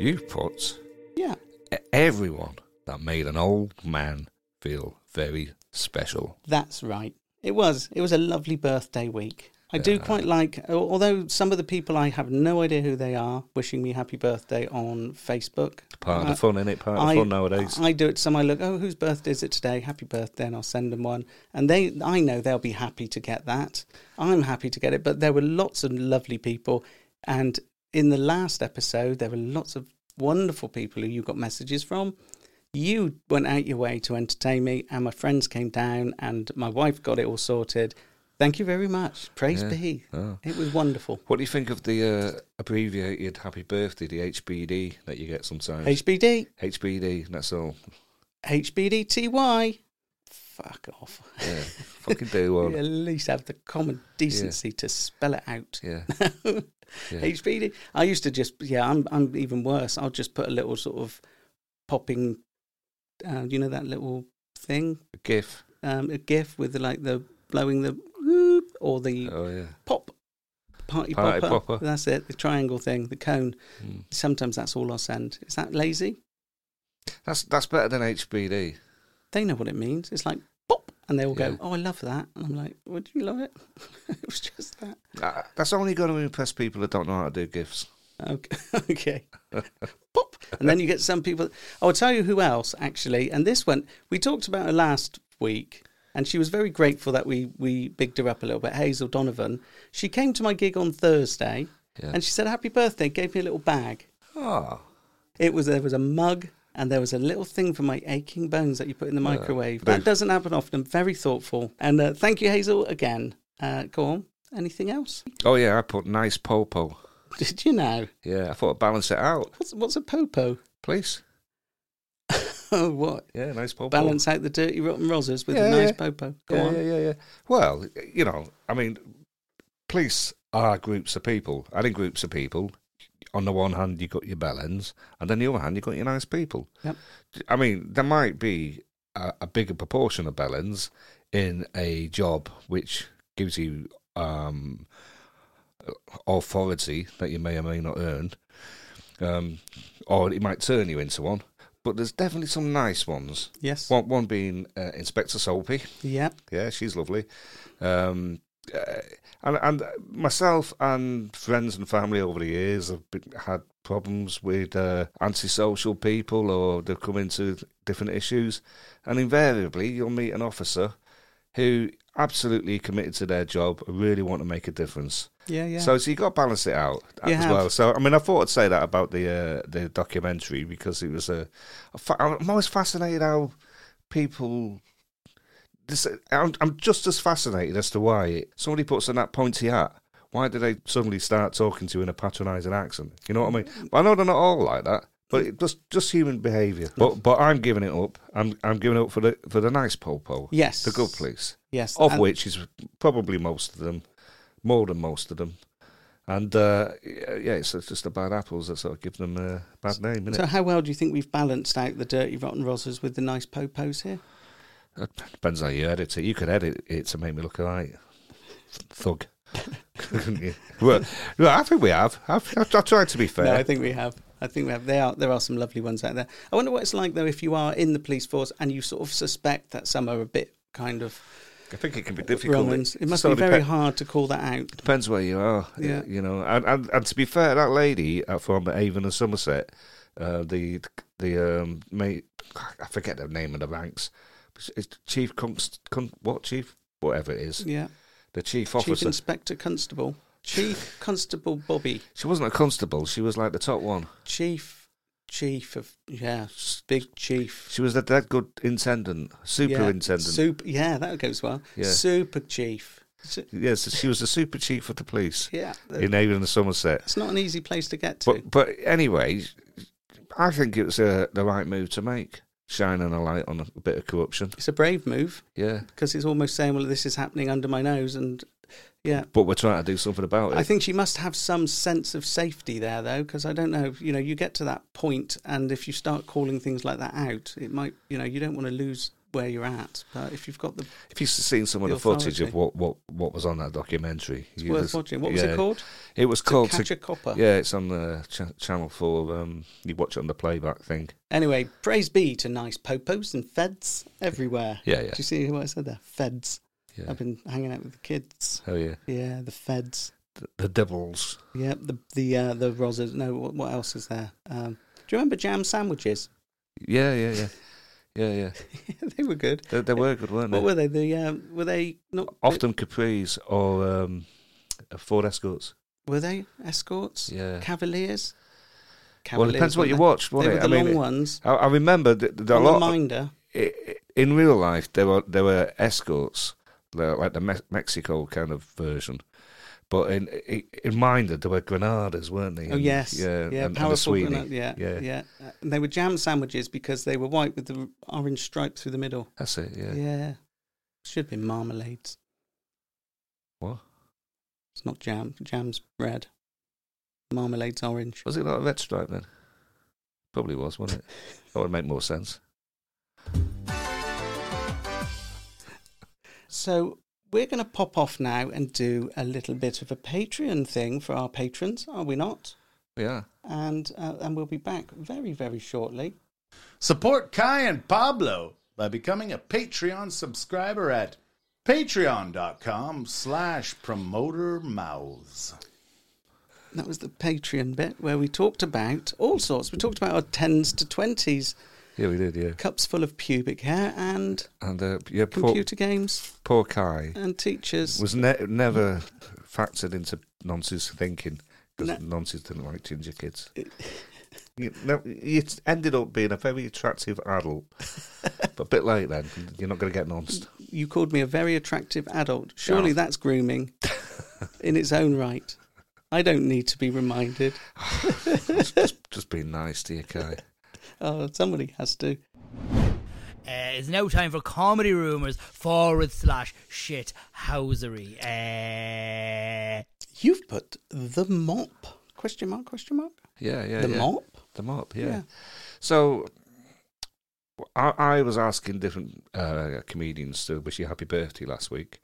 You put
Yeah,
e- everyone that made an old man feel very special.
that's right. It was. It was a lovely birthday week. I do quite like, although some of the people I have no idea who they are, wishing me happy birthday on Facebook.
Part of
Uh,
the fun, innit? Part of the fun nowadays.
I do it to some. I look, oh, whose birthday is it today? Happy birthday, and I'll send them one. And they, I know they'll be happy to get that. I'm happy to get it. But there were lots of lovely people, and in the last episode, there were lots of wonderful people who you got messages from. You went out your way to entertain me, and my friends came down, and my wife got it all sorted. Thank you very much. Praise
Yeah.
be.
Oh.
It was wonderful.
What do you think of the uh, abbreviated happy birthday, the HBD that you get sometimes?
HBD,
HBD, that's all.
HBDTY. Fuck off.
Yeah. Fucking do
You
one.
at least have the common decency to spell it out.
Yeah.
HBD. I used to just, yeah, I'm, I'm even worse. I'll just put a little sort of popping, uh, you know, that little thing,
GIF.
um, a GIF with the, like the blowing the whoop or the
Oh, yeah.
pop party,
Party
popper.
popper.
That's it. The triangle thing, the cone.
Mm.
Sometimes that's all I'll send. Is that lazy?
That's that's better than HBD.
They know what it means. It's like pop, and they all
Yeah.
go, "Oh, I love that." And I'm like, "Would you love it?" it was just that.
Uh, that's only going to impress people that don't know how to do GIFs.
Okay. okay. Pop. And then you get some people. I'll tell you who else, actually. And this one, we talked about her last week, and she was very grateful that we, we bigged her up a little bit. Hazel Donovan. She came to my gig on Thursday,
Yeah.
and she said, Happy birthday, gave me a little bag.
Oh.
It was There was a mug. And there was a little thing for my aching bones that you put in the microwave.
they've-
that doesn't happen often. Very thoughtful. And uh, thank you, Hazel, again. Uh, go on. Anything else?
Oh, yeah, I put nice popo.
Did you know?
Yeah, I thought I'd balance it out.
What's, what's a popo?
Please.
Oh, what?
Yeah, nice popo.
balance out the dirty rotten roses with
Yeah,
a nice
yeah.
popo. Go
Yeah,
on.
yeah, yeah, yeah. Well, you know, I mean, police are groups of people. And in groups of people, on the one hand, you got your bellends, and then the other hand, you got your nice people.
Yep.
I mean, there might be a, a bigger proportion of bellends in a job which gives you um, authority that you may or may not earn, um, or it might turn you into one. But there's definitely some nice ones.
Yes.
One, one being uh, Inspector Solpy.
Yep.
Yeah, she's lovely. Um, uh, and, and myself and friends and family over the years have been, had problems with uh, antisocial people or they've come into different issues. And invariably, you'll meet an officer who absolutely committed to their job, really want to make a difference.
Yeah, yeah.
So, so you got to balance it out
You
as
have.
well. So I mean, I thought I'd say that about the uh, the documentary because it was a. a fa- I'm always fascinated how people. This, I'm, I'm just as fascinated as to why somebody puts on that pointy hat. Why do they suddenly start talking to you in a patronising accent? You know what I mean? Well, I know they're not all like that, but it just just human behaviour. But but I'm giving it up. I'm I'm giving it up for the for the nice popo.
Yes.
the good place
yes.
of
and-
which is probably most of them, more than most of them. And uh, yeah, yeah, it's it's just the bad apples that sort of give them a bad name, isn't
So how well do you think we've balanced out the dirty rotten roses with the nice popos here?
Uh, it? Depends how you edit it. You could edit it to make me look like thug. couldn't you? Well, no, I think we have. I've, I've, I've tried to be fair.
No, I think we have. I think we have. There are there are some lovely ones out there. I wonder what it's like though if you are in the police force and you sort of suspect that some are a bit kind of
I think it can be difficult.
wrong ones. It must
sort
be
of
very
depe-
hard to call that out.
Depends where you are.
Yeah.
You know, and, and, and to be fair, that lady uh, from Avon and Somerset, uh, the the um, mate, I forget the name of the ranks. It's chief const, con, what chief whatever it is
Yeah,
the chief
Chief
officer.
Inspector Constable, Chief Constable Bobby,
she wasn't a constable. She was like the top one.
Chief Chief of yeah, Big Chief.
She was that that good intendant, superintendent.
Yeah, super, yeah that goes well.
Yeah.
Super Chief. Su-
yes, she was the super chief of the police
Yeah,
in Avon and Somerset.
it's not an easy place to get to.
But but anyway, I think it's uh, the right move to make, shining a light on a bit of corruption.
it's a brave move
Yeah,
because it's almost saying, well, this is happening under my nose, and yeah.
but we're trying to do something about it.
I think she must have some sense of safety there, though, because I don't know. You know, you get to that point, and if you start calling things like that out, it might. You know, you don't want to lose where you're at, but if you've got the, it's
if you've seen some of
The
the footage
authority.
of what, what, what was on that documentary, it's
worth watching. What was it called?
It was
To
called
catch
to,
a copper.
Yeah, it's on the ch- Channel Four. Um, you watch it on the playback thing.
Anyway, praise be to nice popos and feds everywhere.
Yeah, yeah.
Do you see what I said there? Feds.
Yeah.
I've been hanging out with the kids.
Oh yeah,
Yeah, the feds.
the, the Devils.
Yeah, the the uh, the Rosas. No, what, what else is there? Um, do you remember jam sandwiches?
Yeah, yeah, yeah, yeah, yeah.
they were good.
They, they were good, weren't
What
they?
were they? The um, were they not
Often capris or um, Ford Escorts.
Were they escorts?
Yeah.
Cavaliers.
Well, it depends what
weren't
you
they?
watch,
They
wasn't
were
it?
the
I mean,
long
it-
ones.
I, I remember that that a
On
lot.
Reminder.
i- i- in real life, there were there were escorts, like like the Me- Mexico kind of version. But in i- in Minder, there were Granadas, weren't they?
Oh
And-
yes,
yeah, and- and, a
powerful.
Sweeney.
grenade, yeah, yeah,
yeah,
yeah. And they were jam sandwiches because they were white with the orange stripe through the middle.
That's it. Yeah.
Yeah, should have been marmalades.
What
It's not jam. Jam's red. Marmalade's orange.
was it? Not a red stripe then? Probably was, wasn't it? That would make more sense.
So we're going to pop off now and do a little bit of a Patreon thing for our patrons, are we not?
Yeah.
And uh, and we'll be back very very shortly.
Support Kai and Pablo by becoming a Patreon subscriber at patreon.com slash promoter mouths.
That was the Patreon bit where we talked about all sorts. We talked about our tens to twenties,
Yeah, we did. Yeah,
cups full of pubic hair, and
and uh, yeah, poor,
computer games
poor Kai
and teachers.
was ne- never factored into Nonsense thinking
No.
because Nonsense didn't like ginger kids. you, no, you ended up being a very attractive adult, but a bit late then. You're not going to get Nonsense.
You called me a very attractive adult. Surely that's grooming in its own right. I don't need to be reminded.
just, just, just being nice to you, Kai.
Oh, somebody has to.
Uh, it's now time for comedy rumors forward slash shit housery. Uh,
You've put the mop? Question mark? Question mark?
Yeah, yeah.
the
yeah.
mop?
The mop, yeah.
Yeah.
So I, I was asking different uh, comedians to wish you happy birthday last week.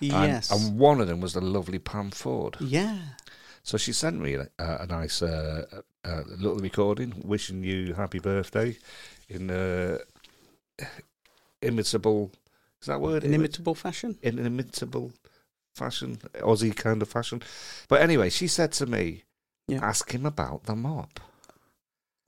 And,
Yes.
and one of them was the lovely Pam Ford.
yeah.
So she sent me a, a nice uh, uh, little recording wishing you happy birthday in uh, imitable. Is that word?
In imitable fashion.
in an imitable fashion, Aussie kind of fashion. But anyway, she said to me,
Yeah.
"Ask him about the mop."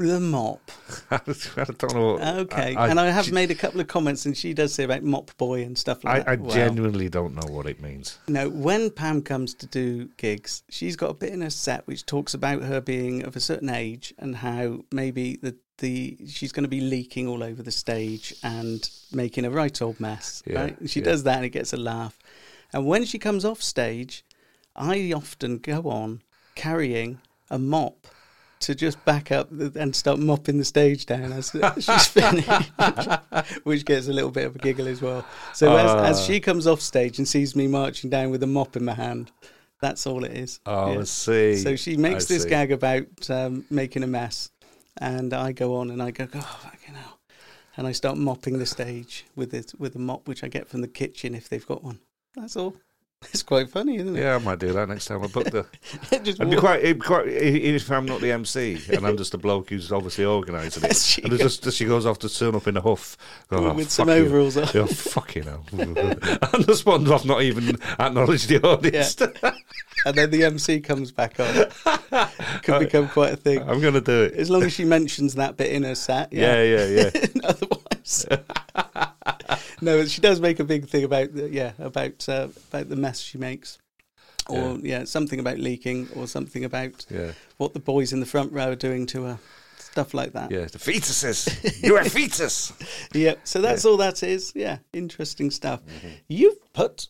The mop.
I don't know.
Okay. and I have made a couple of comments, and she does say about mop boy and stuff
I,
like that.
I
Wow.
genuinely don't know what it means.
Now, when Pam comes to do gigs, she's got a bit in her set which talks about her being of a certain age and how maybe the the she's going to be leaking all over the stage and making a right old mess.
Yeah,
right? She
yeah.
does that and it gets a laugh. And when she comes off stage, I often go on carrying a mop to just back up the- and start mopping the stage down as as she's finished, which gets a little bit of a giggle as well. So
Uh.
as, as she comes off stage and sees me marching down with a mop in my hand, that's all it is.
Oh,
Yeah.
I see.
So she makes
I
this
see.
gag about um, making a mess, and I go on and I go, oh, fucking hell. And I start mopping the stage with it with a mop which I get from the kitchen if they've got one. That's all. It's quite funny, isn't it?
Yeah, I might do that next time I book the.
Just
It'd be
walk-
quite, it'd be quite even if I'm not the MC and I'm just a bloke who's obviously organising it.
She
and it's just she goes off to turn up in a huff oh,
With
fuck
some
you.
overalls on.
Yeah, fucking hell. and the one's off not even acknowledge the audience.
and then the MC comes back on. Could become quite a thing.
I'm gonna do it.
As long as she mentions that bit in her set,
yeah,
yeah.
Uh, yeah, yeah.
Otherwise, no. She does make a big thing about the, yeah about uh, about the mess she makes, or yeah. something about leaking, or something about
Yeah.
what the boys in the front row are doing to her, stuff like that.
Yeah, the fetuses. You're a fetus.
Yep. So that's all that is. Yeah. Interesting stuff.
Mm-hmm.
You've put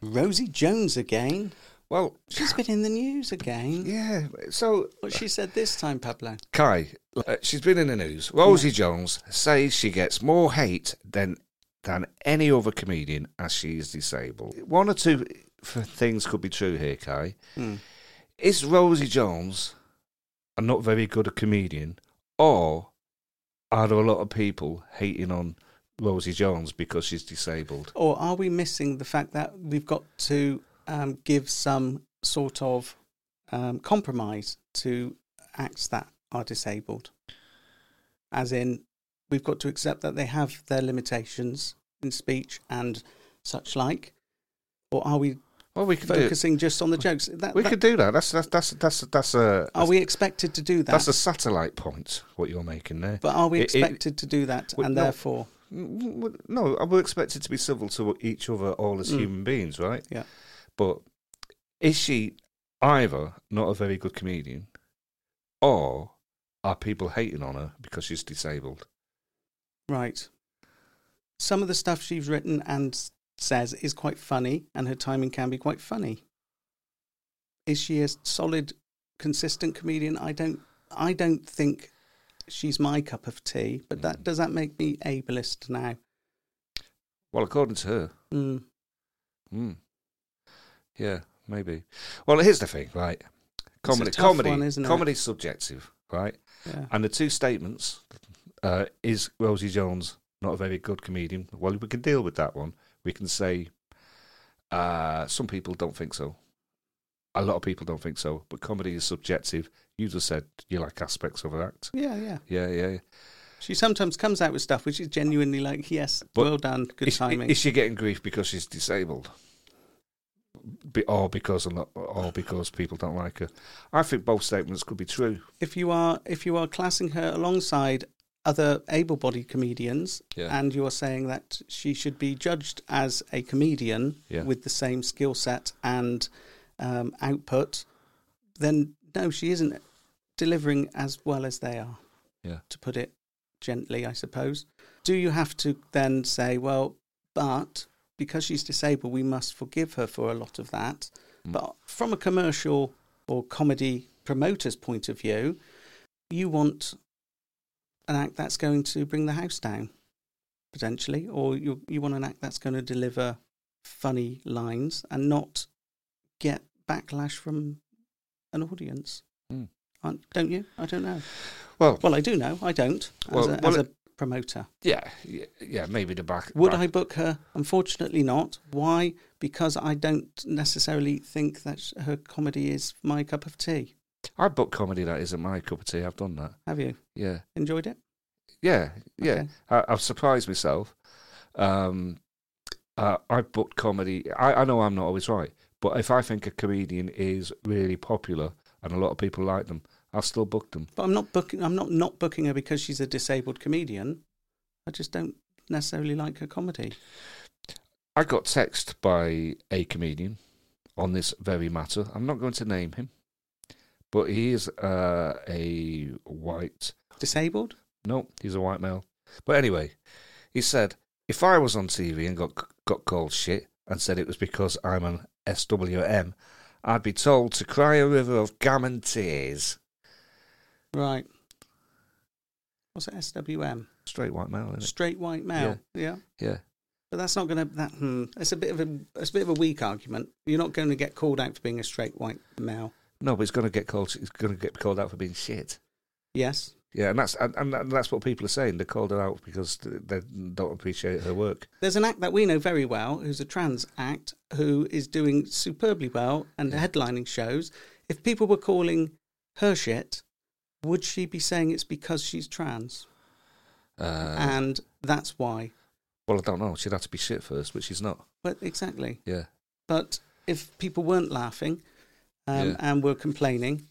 Rosie Jones again.
Well,
She's been in the news again.
yeah. So
What she said this time, Pablo.
Kai, uh, she's been in the news. Rosie Jones says she gets more hate than than any other comedian as she is disabled. One or two f- things could be true here, Kai.
Hmm.
Is Rosie Jones a not very good a comedian, or are there a lot of people hating on Rosie Jones because she's disabled?
Or "Oh, are we missing the fact that we've got to um, give some sort of um, compromise to acts that are disabled? As in, we've got to accept that they have their limitations in speech and such like. Or are we
Well, we could do,
focusing just on the jokes? That,
we
that-
could do that. That's that's that's that's that's a
are we expected to do that?
that's a satellite point. What you're making there,
but are we
It- it-
expected to do that?
Well,
and
no.
therefore,
Mm, well, No, and we're expected to be civil to each other, all as
Mm.
human beings, right?
Yeah.
But is she either not a very good comedian, or are people hating on her because she's disabled?
Right. Some of the stuff she's written and s- says is quite funny, and her timing can be quite funny. Is she a solid, consistent comedian? I don't. I don't think she's my cup of tea. But
Mm.
that does that make me ableist now?
Well, according to her,
Mm.
mm. yeah, maybe. Well, here's the thing, right?
a
Comedy,
tough
comedy,
one, isn't it?
comedy's subjective, right?
Yeah.
And the two statements uh, is Rosie Jones not a very good comedian? Well, we can deal with that one. We can say uh, some people don't think so. A lot of people don't think so, but comedy is subjective. You just said you like aspects of an act.
Yeah, yeah.
Yeah, yeah. yeah.
She sometimes comes out with stuff which is genuinely like, yes,
But
well done, good
is,
timing.
Is she getting grief because she's disabled, Be, or because or not, or because people don't like her? I think both statements could be true.
if you are if you are classing her alongside other able-bodied comedians
Yeah.
and you are saying that she should be judged as a comedian
Yeah.
with the same skill set and um, output then no she isn't delivering as well as they are
Yeah.
to put it gently i suppose do you have to then say well but because she's disabled we must forgive her for a lot of that
Mm.
but from a commercial or comedy promoter's point of view you want an act that's going to bring the house down, potentially, or you you want an act that's going to deliver funny lines and not get backlash from an audience.
Hmm.
Aren't- Don't you? I don't know.
Well,
Well, I do know. I don't. As,
Well-
a,
well,
as a
it-
promoter,
yeah, yeah, yeah, maybe the back.
would
back-
I book her? Unfortunately, not. Why? Because I don't necessarily think that sh- her comedy is my cup of tea.
I book comedy that isn't my cup of tea. I've done that.
Have you
Yeah,
enjoyed it?
yeah, yeah.
Okay.
I, I've surprised myself. Um, uh, I booked comedy. I, I know I'm not always right, but if I think a comedian is really popular and a lot of people like them, I'll still book them.
But I'm not booking. I'm not not booking her because she's a disabled comedian. I just don't necessarily like her comedy.
I got text by a comedian on this very matter. I'm not going to name him, but he is uh, a white
Disabled?
No, he's a white male. But anyway, he said, if I was on TV and got got called shit and said it was because I'm an SWM, I'd be told to cry a river of gammon tears.
Right. What's it? SWM?
Straight white male, isn't it?
Straight white male. Yeah.
Yeah.
But that's not going to. That hmm. It's a bit of a. It's a bit of a weak argument. You're not going to get called out for being a straight white male.
No, but he's going to get called. He's going to get called out for being shit.
Yes.
Yeah, and that's and, and that's what people are saying. They called her out because they don't appreciate her work.
There's an act that we know very well, who's a trans act, who is doing superbly well and headlining shows. If people were calling her shit, would she be saying it's because she's trans
Uh,
and that's why?
well, I don't know. She'd have to be shit first, but she's not.
But exactly.
Yeah,
But if people weren't laughing um,
Yeah.
and were complaining,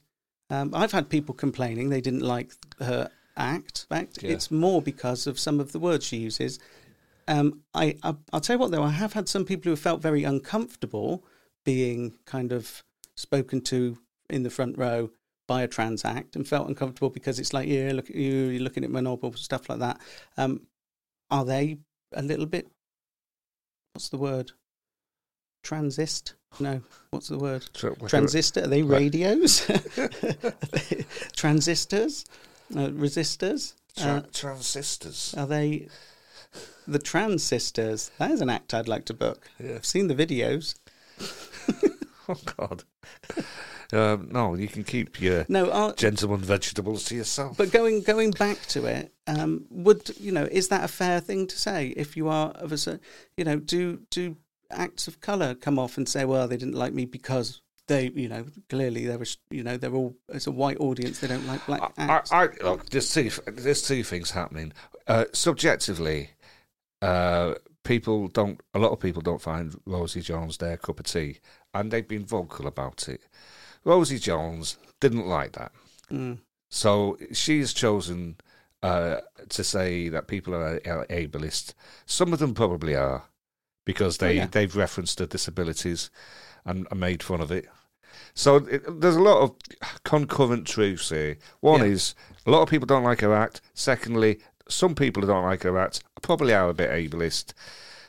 um, I've had people complaining they didn't like her act. In fact,
Yeah.
it's more because of some of the words she uses. Um, I, I I'll tell you what though, I have had some people who have felt very uncomfortable being kind of spoken to in the front row by a trans act and felt uncomfortable because it's like, yeah, look at you, you're looking at my noble stuff like that. Um, are they a little bit? What's the word? Transist? No, what's the word?
So, like a-
Transistor? Are they
like-
radios? Transistors? Uh, resistors?
Tra-
Uh,
transistors.
are they the trans sisters? That is an act I'd like to book.
Yeah.
I've seen the videos.
Oh God. um, no, you can keep your
No, are,
gentleman vegetables to yourself.
but going going back to it, um, would you know? Is that a fair thing to say? If you are of a, cer- you know, do do acts of color come off and say, well, they didn't like me because they, you know, clearly there was, you know, they're all it's a white audience. They don't like black
I, I,
acts.
I, look, there's two, there's two things happening. Uh, subjectively, uh, people don't, a lot of people don't find Rosie Jones their cup of tea, and they've been vocal about it. Rosie Jones didn't like that.
Mm.
So she's chosen uh, to say that people are are ableist. Some of them probably are because they,
Oh, yeah.
they've referenced their disabilities and, and made fun of it. So it, there's a lot of concurrent truths here. One
Yeah.
is a lot of people don't like her act. Secondly, some people who don't like her act probably are a bit ableist.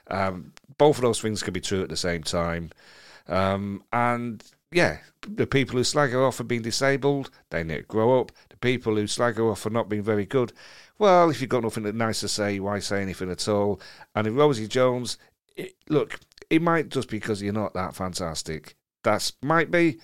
Um, both of those things can be true at the same time. Um, and yeah, the people who slag her off for being disabled, they need to grow up. The people who slag her off for not being very good, well, if you've got nothing nice to say, why say anything at all? And in Rosie Jones, it, look, it might just be because you're not that fantastic. That's might be.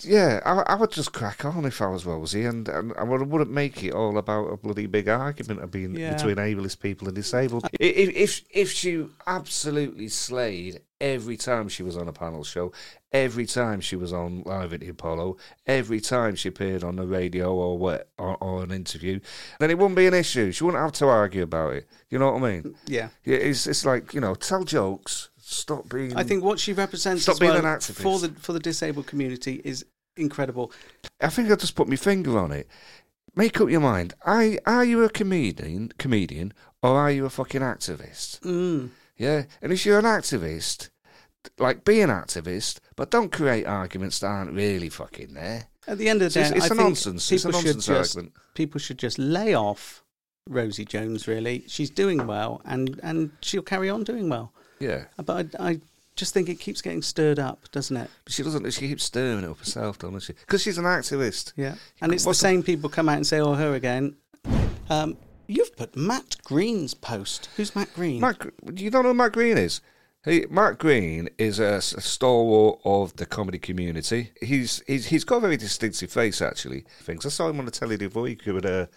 yeah, I, I would just crack on if I was Rosie, and, and I would- wouldn't make it all about a bloody big argument of being
Yeah.
between ableist people and disabled. I- If, if if she absolutely slayed every time she was on a panel show, every time she was on live at the Apollo, every time she appeared on the radio or what or, or an interview, then it wouldn't be an issue. She wouldn't have to argue about it. You know what I mean?
yeah.
Yeah, it's it's like you know, tell jokes. Stop being.
I think what she represents
Stop
as
being
well
an activist.
for the for the disabled community is incredible.
I think I just put my finger on it. Make up your mind. I are you a comedian, comedian, or are you a fucking activist?
Mm.
Yeah. And if you're an activist, like be an activist, but don't create arguments that aren't really fucking there.
At the end of the
It's-
day,
it's
I
a
think
nonsense. It's a
people should
nonsense
just-
argument.
People should just lay off Rosie Jones. Really, she's doing well, and and she'll carry on doing well.
Yeah.
But I, I just think it keeps getting stirred up, doesn't it?
But she doesn't. She keeps stirring it up herself, doesn't she? Because she's an activist.
Yeah. And it's
What's
the
the-
same people come out and say, "Oh, her again." Um, you've put Matt Green's post. Who's Matt Green?
Matt, Gr- you don't know who Matt Green is? He, Matt Green is a, s- a stalwart of the comedy community. He's, he's he's got a very distinctive face, actually. Things I saw him on the telly the other week with a,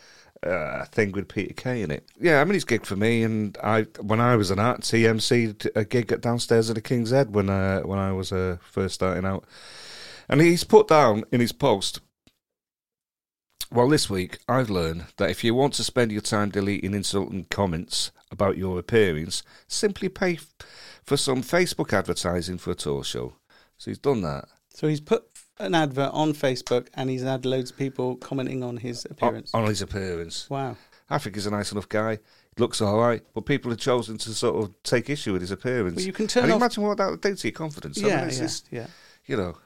a thing with Peter Kay in it. Yeah, I mean, he's gigged for me, and I when I was an art TMC a gig at downstairs at the King's Head when uh, when I was uh, first starting out, and he's put down in his post well, this week I've learned that if you want to spend your time deleting insulting comments about your appearance, simply pay f- for some Facebook advertising for a tour show. So he's done that
So he's put an advert on Facebook, and he's had loads of people commenting on his
on,
appearance.
on his appearance.
Wow.
I think he's a nice enough guy. Looks all right, but people have chosen to sort of take issue with his appearance.
Well, you can turn
and
off-
imagine what that would do to your confidence. I mean,
yeah,
it's
yeah,
just,
yeah.
you know,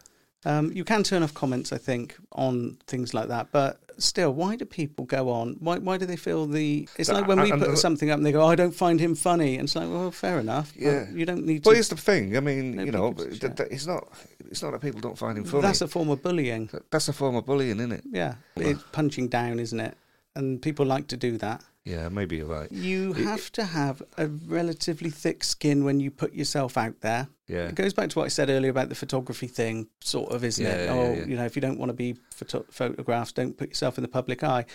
Um, you can turn off comments, I think, on things like that. But still, why do people go on? Why, why do they feel the? It's like when we
And-
put
and-
something up and they go, "Oh, "I don't find him funny," and it's like, well, fair enough. but
Yeah.
you don't need
But
to.
here's the thing. I mean,
Nobody
you know,
gives a
th- th- it's not. It's not that people don't find him funny.
That's a form of bullying.
That's a form of bullying, isn't it?
Yeah, it's punching down, isn't it? And people like to do that.
Yeah, maybe you're right.
You have to have a relatively thick skin when you put yourself out there.
Yeah.
It goes back to what I said earlier about the photography thing, sort of, isn't
Yeah,
it?
yeah,
oh,
yeah.
you know, if you don't want to be photo- photographed, don't put yourself in the public eye.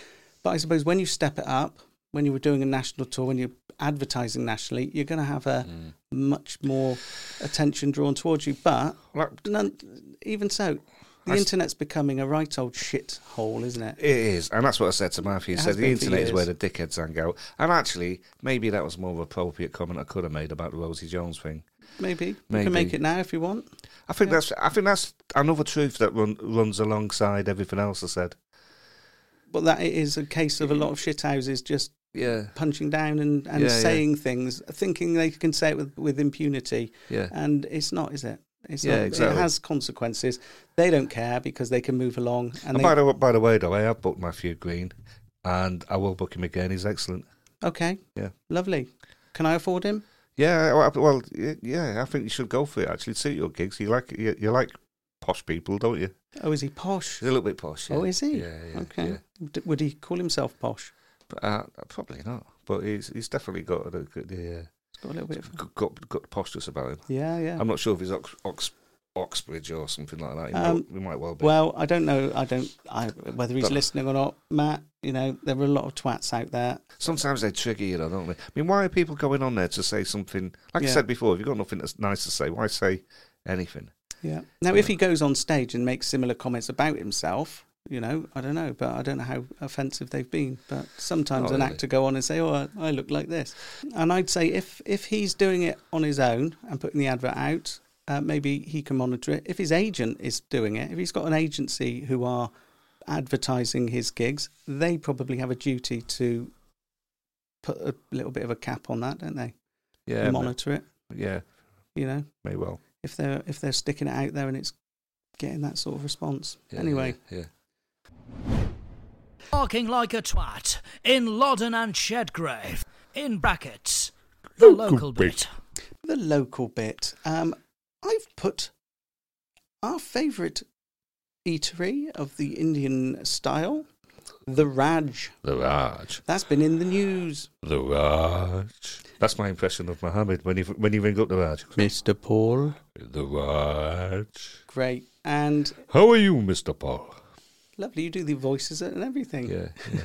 But I suppose when you step it up, when you were doing a national tour, when you're advertising nationally, you're going to have a
Mm.
much more attention drawn towards you. But
Well,
none, even so, the internet's becoming a right old shit hole, isn't it?
It is, and that's what I said to Matthew. He
It
said
has
the
been for
internet is
years.
where the dickheads hang out. And actually, maybe that was more of an appropriate comment I could have made about the Rosie Jones thing.
Maybe. You
Maybe.
can make it now if you want.
I think that's I think that's another truth that run, runs alongside everything else I said.
But that it is a case of a lot of shit houses just
Yeah,
punching down and, and
Yeah, yeah.
saying things, thinking they can say it with, with impunity.
yeah.
And it's not, is it? It's
Yeah,
not,
exactly.
It has consequences. They don't care because they can move along. And
And
they,
by the wa- by the way, though, I have booked Matthew Green, and I will book him again. He's excellent.
okay,
Yeah.
lovely. Can I afford him?
Yeah, well, I- well, y- yeah. I think you should go for it. Actually, suit your gigs. You like you, you like posh people, don't you?
Oh, is he posh?
He's a little bit posh.
Oh,
yeah.
is he?
Yeah, yeah.
okay.
yeah.
D- would he call himself posh?
But, uh, probably not. But he's he's definitely got the got the uh,
He's got a little bit of.
got, got, got posturous about him.
Yeah, yeah.
I'm not sure if he's Ox, Ox, Oxbridge or something like that. He,
Um,
might, he might well be.
Well, I don't know. I don't. I whether he's
Don't-
listening or not, Matt. You know, there are a lot of twats out there.
Sometimes they trigger you, though, don't they? I mean, why are people going on there to say something? Like I
Yeah.
said before, if you've got nothing that's nice to say, why say anything?
Yeah. Now, if he goes on stage and makes similar comments about himself, you know, I don't know, but I don't know how offensive they've been. But sometimes
Oh,
an
really?
actor go on and say, "Oh, I, I look like this," and I'd say if if he's doing it on his own and putting the advert out, uh, maybe he can monitor it. If his agent is doing it, if he's got an agency who are advertising his gigs, they probably have a duty to put a little bit of a cap on that, don't they?
Yeah, ma-
monitor it,
yeah,
you know
may well.
if they're if they're sticking it out there and it's getting that sort of response.
Yeah,
anyway,
yeah, yeah.
Barking like a twat in Loddon and Shedgrave. In brackets. The local bit.
the local bit. Um, I've put our favourite eatery of the Indian style, the Raj.
The Raj,
That's been in the news.
the Raj. That's my impression of Mohammed when you when you ring up the Raj.
Mr. Paul.
The Raj.
Great and
How are you, Mister Paul?
lovely. You do the voices and everything.
Yeah,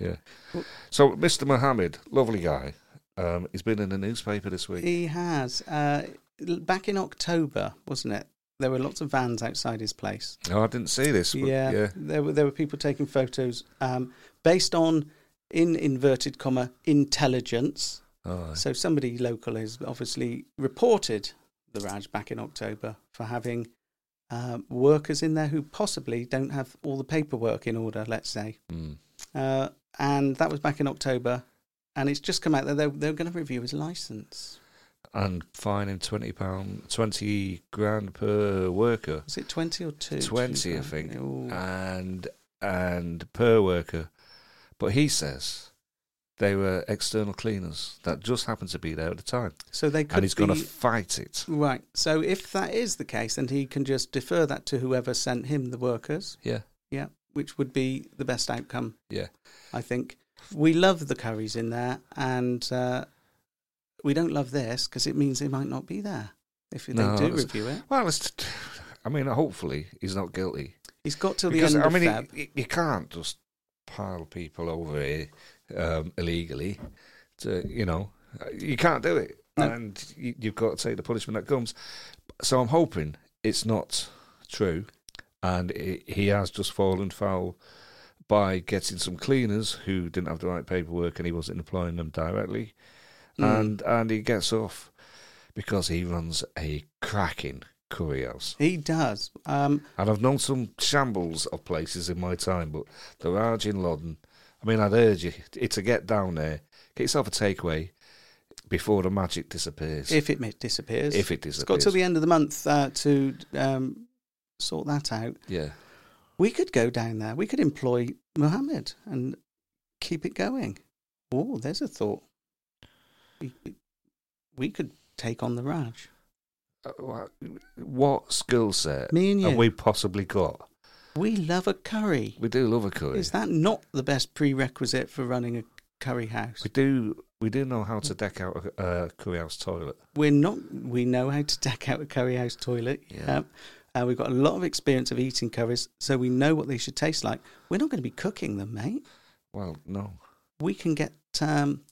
yeah, yeah. So, Mister Mohammed, lovely guy. Um, he's been in the newspaper this week.
He has. Uh, l- back in October, wasn't it? There were lots of vans outside his place.
No, I didn't see this. but
yeah,
yeah.
There were there were people taking photos um, based on in inverted comma intelligence.
All right.
So somebody local has obviously reported the Raj back in October for having um, workers in there who possibly don't have all the paperwork in order. Let's say,
Mm.
uh, and that was back in October, and it's just come out that they're they're going to review his license.
and fining twenty pound, twenty grand per worker,
Was it twenty or two?
twenty, I think, Uh,
Oh.
and and per worker. But he says they were external cleaners that just happened to be there at the time,
so they could
and he's going
be-
to fight it.
Right. So if that is the case, then he can just defer that to whoever sent him the workers.
Yeah,
Yeah. Which would be the best outcome,
yeah.
I think. We love the curries in there, and uh, we don't love this because it means they might not be there if they
No,
do
that's-
review it.
Well, it's, I mean, hopefully he's not guilty
He's got till the
because
end
I
of
mean,
Feb.
y- y- you can't just pile people over here um, illegally. To you know, you can't do it,
No.
and you, you've got to take the punishment that comes. So I'm hoping it's not true, and i he has just fallen foul by getting some cleaners who didn't have the right paperwork, and he wasn't employing them directly,
Mm.
and and he gets off because he runs a cracking curry house.
He does. Um,
And I've known some shambles of places in my time, but the Raj in Loddon, I mean, I'd urge you t- to get down there, get yourself a takeaway before the magic disappears.
if it mi- disappears,
If it
it's got till
disappears.
the end of the month uh, to um, sort that out.
yeah.
we could go down there. We could employ Mohammed and keep it going. Oh, there's a thought. We, we could take on the Raj.
Uh, wha- What skill set
Me and you.
have Uh, we possibly got?
We love a curry.
We do love a curry.
Is that not the best prerequisite for running a curry house?
we do. We do know how to deck out a uh, curry house toilet.
We're not. We know how to deck out a curry house toilet.
Yeah.
Yep. Uh, we've got a lot of experience of eating curries, so we know what they should taste like. We're not going to be cooking them, mate.
Well, no.
we can get um,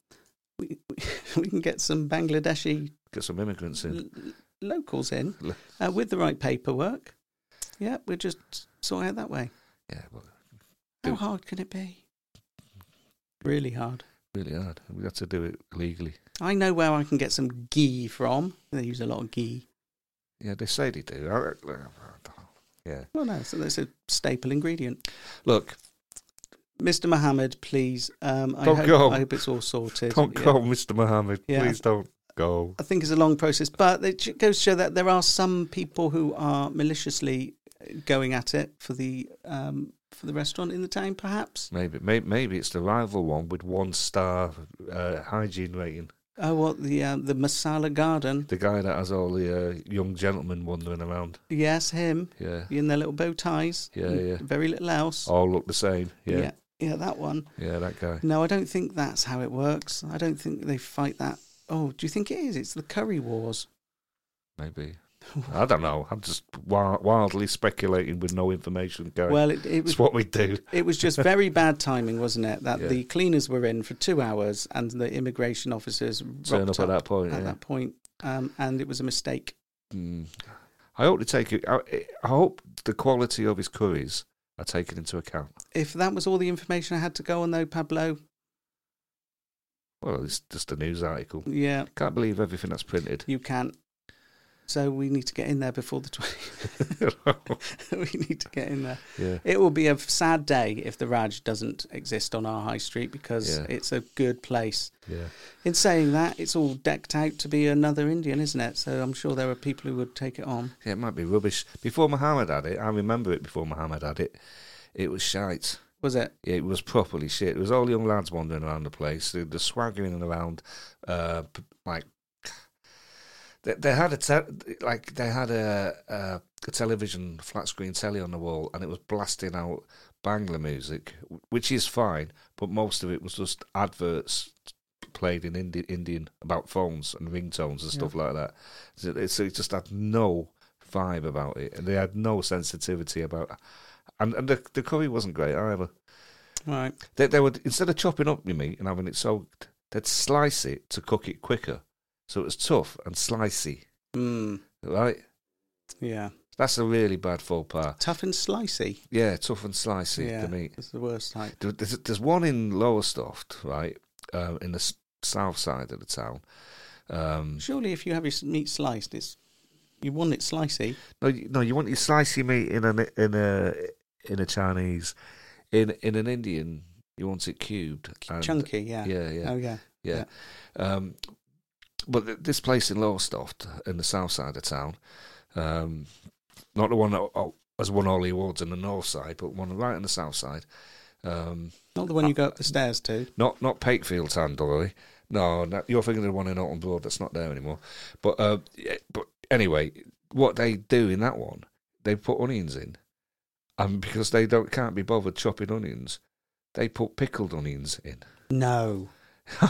we, we- we can get some Bangladeshi
Get some immigrants in.
l- locals in uh, with the right paperwork. Yeah, we just sort out that way.
Yeah, well,
How
Do-
hard can it be? Really hard.
really hard. We had to do it legally.
I know where I can get some ghee from. They use a lot of ghee.
Yeah, they say they do. I- I- Yeah.
Well, no, so that's a staple ingredient.
Look,
Mr. Mohammed, please. Um, I,
Don't
hope,
go.
I hope it's all sorted.
don't
Yeah.
go, Mr. Mohammed.
Yeah.
Please don't go.
I think it's a long process, but it sh- goes to show that there are some people who are maliciously uh, going at it for the um, for the restaurant in the town, perhaps.
Maybe, maybe, maybe it's the rival one with one star uh, hygiene rating.
Oh, what the um, the Masala Garden?
The guy that has all the uh, young gentlemen wandering around.
Yes, him
Yeah,
in their little bow ties.
Yeah,
and
yeah.
Very little else.
all look the same. Yeah,
yeah,
yeah,
yeah, that one.
that guy.
No, I don't think that's how it works. I don't think they fight that. Oh, do you think it is? It's the curry wars.
Maybe. I don't know. I'm just wi- wildly speculating with no information, Gary.
Well, it, it was
it's what we do.
It was just very bad timing, wasn't it? That
Yeah.
the cleaners were in for two hours and the immigration officers
Turn
rocked
up at that point.
at
yeah.
that point, um, and it was a mistake.
Mm. I hope they take it. I, I hope the quality of his curries are taken into account.
If that was all the information I had to go on, though, Pablo,
Well, it's just a news article.
yeah,
Can't believe everything that's printed.
you can't. So we need to get in there before the 20th. we need to get in there.
yeah.
It will be a sad day if the Raj doesn't exist on our high street because
Yeah.
it's a good place.
Yeah.
In saying that, it's all decked out to be another Indian, isn't it? So I'm sure there are people who would take it on.
Yeah, it might be rubbish. Before Muhammad had it, I remember it before Muhammad had it, it was shite.
Was it?
It was properly shit. It was all young lads wandering around the place. They were swaggering around, uh, p- like they, they had a te- like they had a, a a television flat screen telly on the wall, and it was blasting out Bangla music, w- which is fine, but most of it was just adverts played in Indi- Indian about phones and ringtones and stuff like that. So it, so it just had no vibe about it, and they had no sensitivity about. And, and the, the curry wasn't great either.
Right.
They, they would instead of chopping up your meat and having it soaked, they'd slice it to cook it quicker, so it was tough and slicey.
Mm,
Right,
yeah.
that's a really bad faux pas.
Tough and slicey.
Yeah, tough and slicey
yeah.
the meat.
It's the worst type.
There- There's, there's one in Lowestoft, right, uh, in the s- south side of the town. Um,
Surely, if you have your s- meat sliced, it's you want it slicey.
no, you- no, you want your slicey meat in an in a in a Chinese, in in an Indian, you want it cubed, and-
Chunky, yeah.
Yeah, yeah.
Oh, yeah.
yeah. Um, but th- this place in Lowestoft, in the south side of town, um, not the one that oh, has won all the awards on the north side, but one right on the south side. Um,
Not the one you go up the stairs to.
not not Pakefield Tandoori. No, no, you're thinking of the one in Alton Broad that's not there anymore. But uh, yeah, but anyway, what they do in that one, they put onions in, and because they don't can't be bothered chopping onions, they put pickled onions in.
No.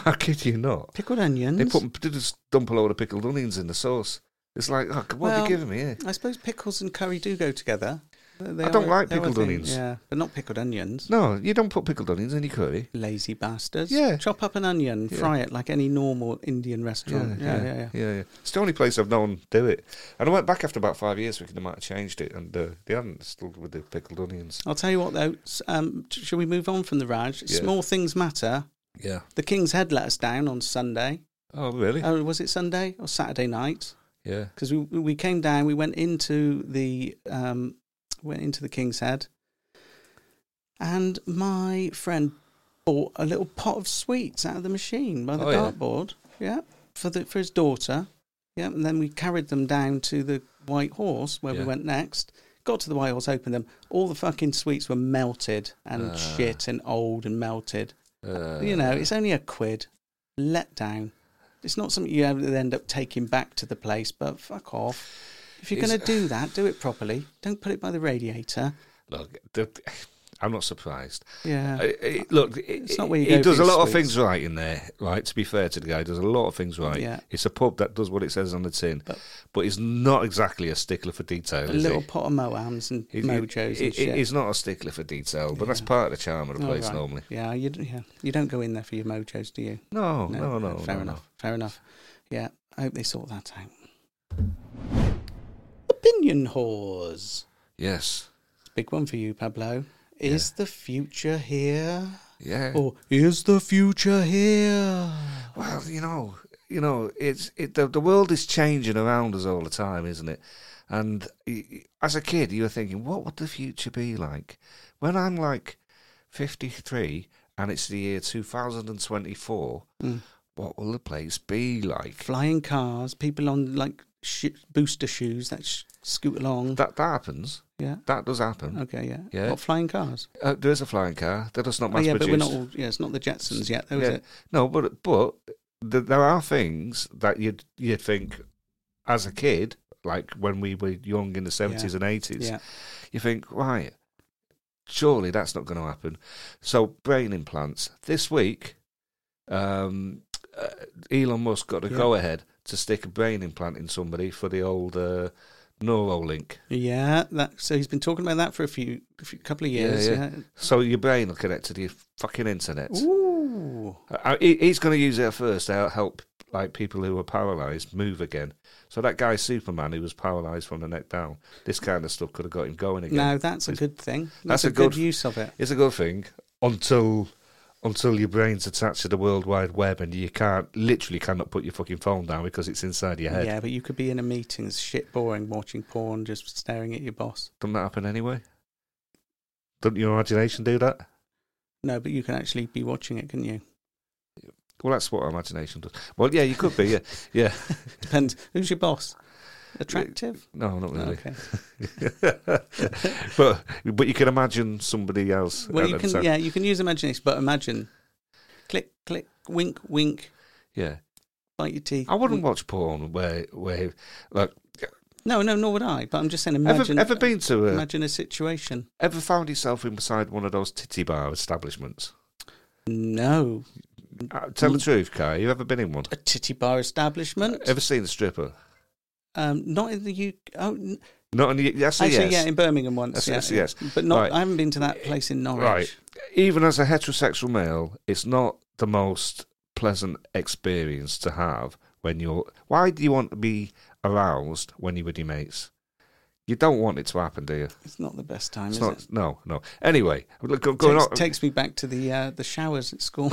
I kid you not.
Pickled onions.
They put they just dump a load of pickled onions in the sauce. It's like, oh, what are
Well,
you giving me? here?
I suppose pickles and curry do go together. They- they
I don't
are-
like
they are a
pickled
thing,
onions.
Yeah, but not pickled onions.
No, you don't put pickled onions in your curry.
Lazy bastards.
Yeah.
Chop up an onion,
Yeah.
fry it like any normal Indian restaurant. Yeah, yeah, yeah.
yeah. It's the only place I've known do it. And I went back after about five years thinking they might have changed it, and uh, they haven't. It's Still with the pickled onions.
I'll tell you what though. s- Um, sh- shall we move on from the Raj?
Yeah.
Small things matter.
Yeah.
The King's Head let us down on Sunday.
Oh, really?
Oh, was it Sunday or Saturday night?
yeah.
Because we we came down, we went into the um, went into the King's Head, and my friend bought a little pot of sweets out of the machine by the
Oh, yeah.
dartboard. Yeah. for the for his daughter. Yeah, and then we carried them down to the White Horse where we
Yeah.
went next. Got to the White Horse, opened them. All the fucking sweets were melted and
Ah.
shit and old and melted
Uh,
you know, it's only a quid. Let down. It's not something you ever end up taking back to the place, but fuck off. If you're
Is-
going to do that, do it properly. Don't put it by the radiator.
Look, the, I'm not surprised.
Yeah.
Uh, it- look, it's
not where you
he
go for
does a
your
lot of
sweets.
things right in there. Right, to be fair to the guy, he does a lot of things right.
Yeah.
It's a pub that does what it says on the tin, but, he's not exactly a stickler for detail.
A
is
little
he?
pot of Moams and
He- he-
Mojos
he-
and shit.
He's not a stickler for detail, but that's part of the charm of the
All
place
right.
normally.
Yeah, you d- yeah, you don't go in there for your Mojos, do you?
No, no, no,
fair
no,
enough.
no.
Fair enough. Yeah, I hope they sort that out. Opinion whores.
Yes,
It's a big one for you, Pablo. Is the future here?
yeah.
Or is Oh, the future here?
Well, you know, you know, it's it. The, the world is changing around us all the time, isn't it? And y- y- as a kid, you were thinking, what would the future be like? When I'm like fifty-three and it's the year two thousand and twenty-four, what will the place be like?
Hmm. Flying cars, people on like sh- booster shoes that sh- scoot along.
That that happens.
yeah. Uh,
That does happen.
Okay, yeah.
Yeah.
What flying cars?
Uh, there is a flying car. They're just not
Oh,
mass
yeah, but we're
produced.
not all. Yeah, it's not the Jetsons yet, though, is it?
No, but but th- there are things that you'd you'd think as a kid, like when we were young in the seventies and eighties,
Yeah.
you think, right, surely that's not going to happen. So brain implants this week, um, uh, Elon Musk got a
Yeah.
go ahead to stick a brain implant in somebody for the old uh, Neuralink.
Yeah, that. So he's been talking about that for a few, a few couple of years.
yeah.
Yeah.
So your brain will connect to the fucking internet.
Ooh.
Uh, he, he's going to use it at first to help like people who are paralysed move again. So that guy Superman who was paralysed from the neck down, this kind of stuff could have got him going again.
Now that's a good thing. That's,
That's a
a, good,
good-
use of it.
It's a good thing until until your brain's attached to the World Wide Web and you can't literally cannot put your fucking phone down because it's inside your head.
Yeah, but you could be in a meeting, it's shit boring, watching porn, just staring at your boss.
Doesn't that happen anyway? Doesn't your imagination do that?
No, but you can actually be watching it, can you?
Well, that's what imagination does. Well, yeah, you could be. Yeah, yeah.
Depends. Who's your boss? Attractive?
No, not really.
Okay.
but but you can imagine somebody else.
Well,
at
you
the
can.
time.
Yeah, you can use imagination, but imagine. Click, click, wink, wink.
yeah.
Bite your teeth.
I wouldn't
wink.
watch porn where where like
No, no, nor would I. But I'm just saying.
ever,
Imagine.
ever been to a,
Imagine a situation.
ever found yourself inside one of those titty bar establishments.
No, Mm,
Uh, tell the truth, Kai. You ever been in one?
a titty bar establishment.
Ever seen a stripper?
Um, not in the UK. Oh, n-
Not in the, that's a
actually,
yes.
yeah, in Birmingham once.
That's
Yeah,
yes, yes.
But not.
Right.
I haven't been to that place in Norwich.
right. Even as a heterosexual male, it's not the most pleasant experience to have when you're. Why do you want to be aroused when you're with your mates? You don't want it to happen, do you?
It's not the best time,
It's
is
not.
it?
No, no. Anyway, look, go- going
Takes,
on.
takes me back to the uh, the showers at school.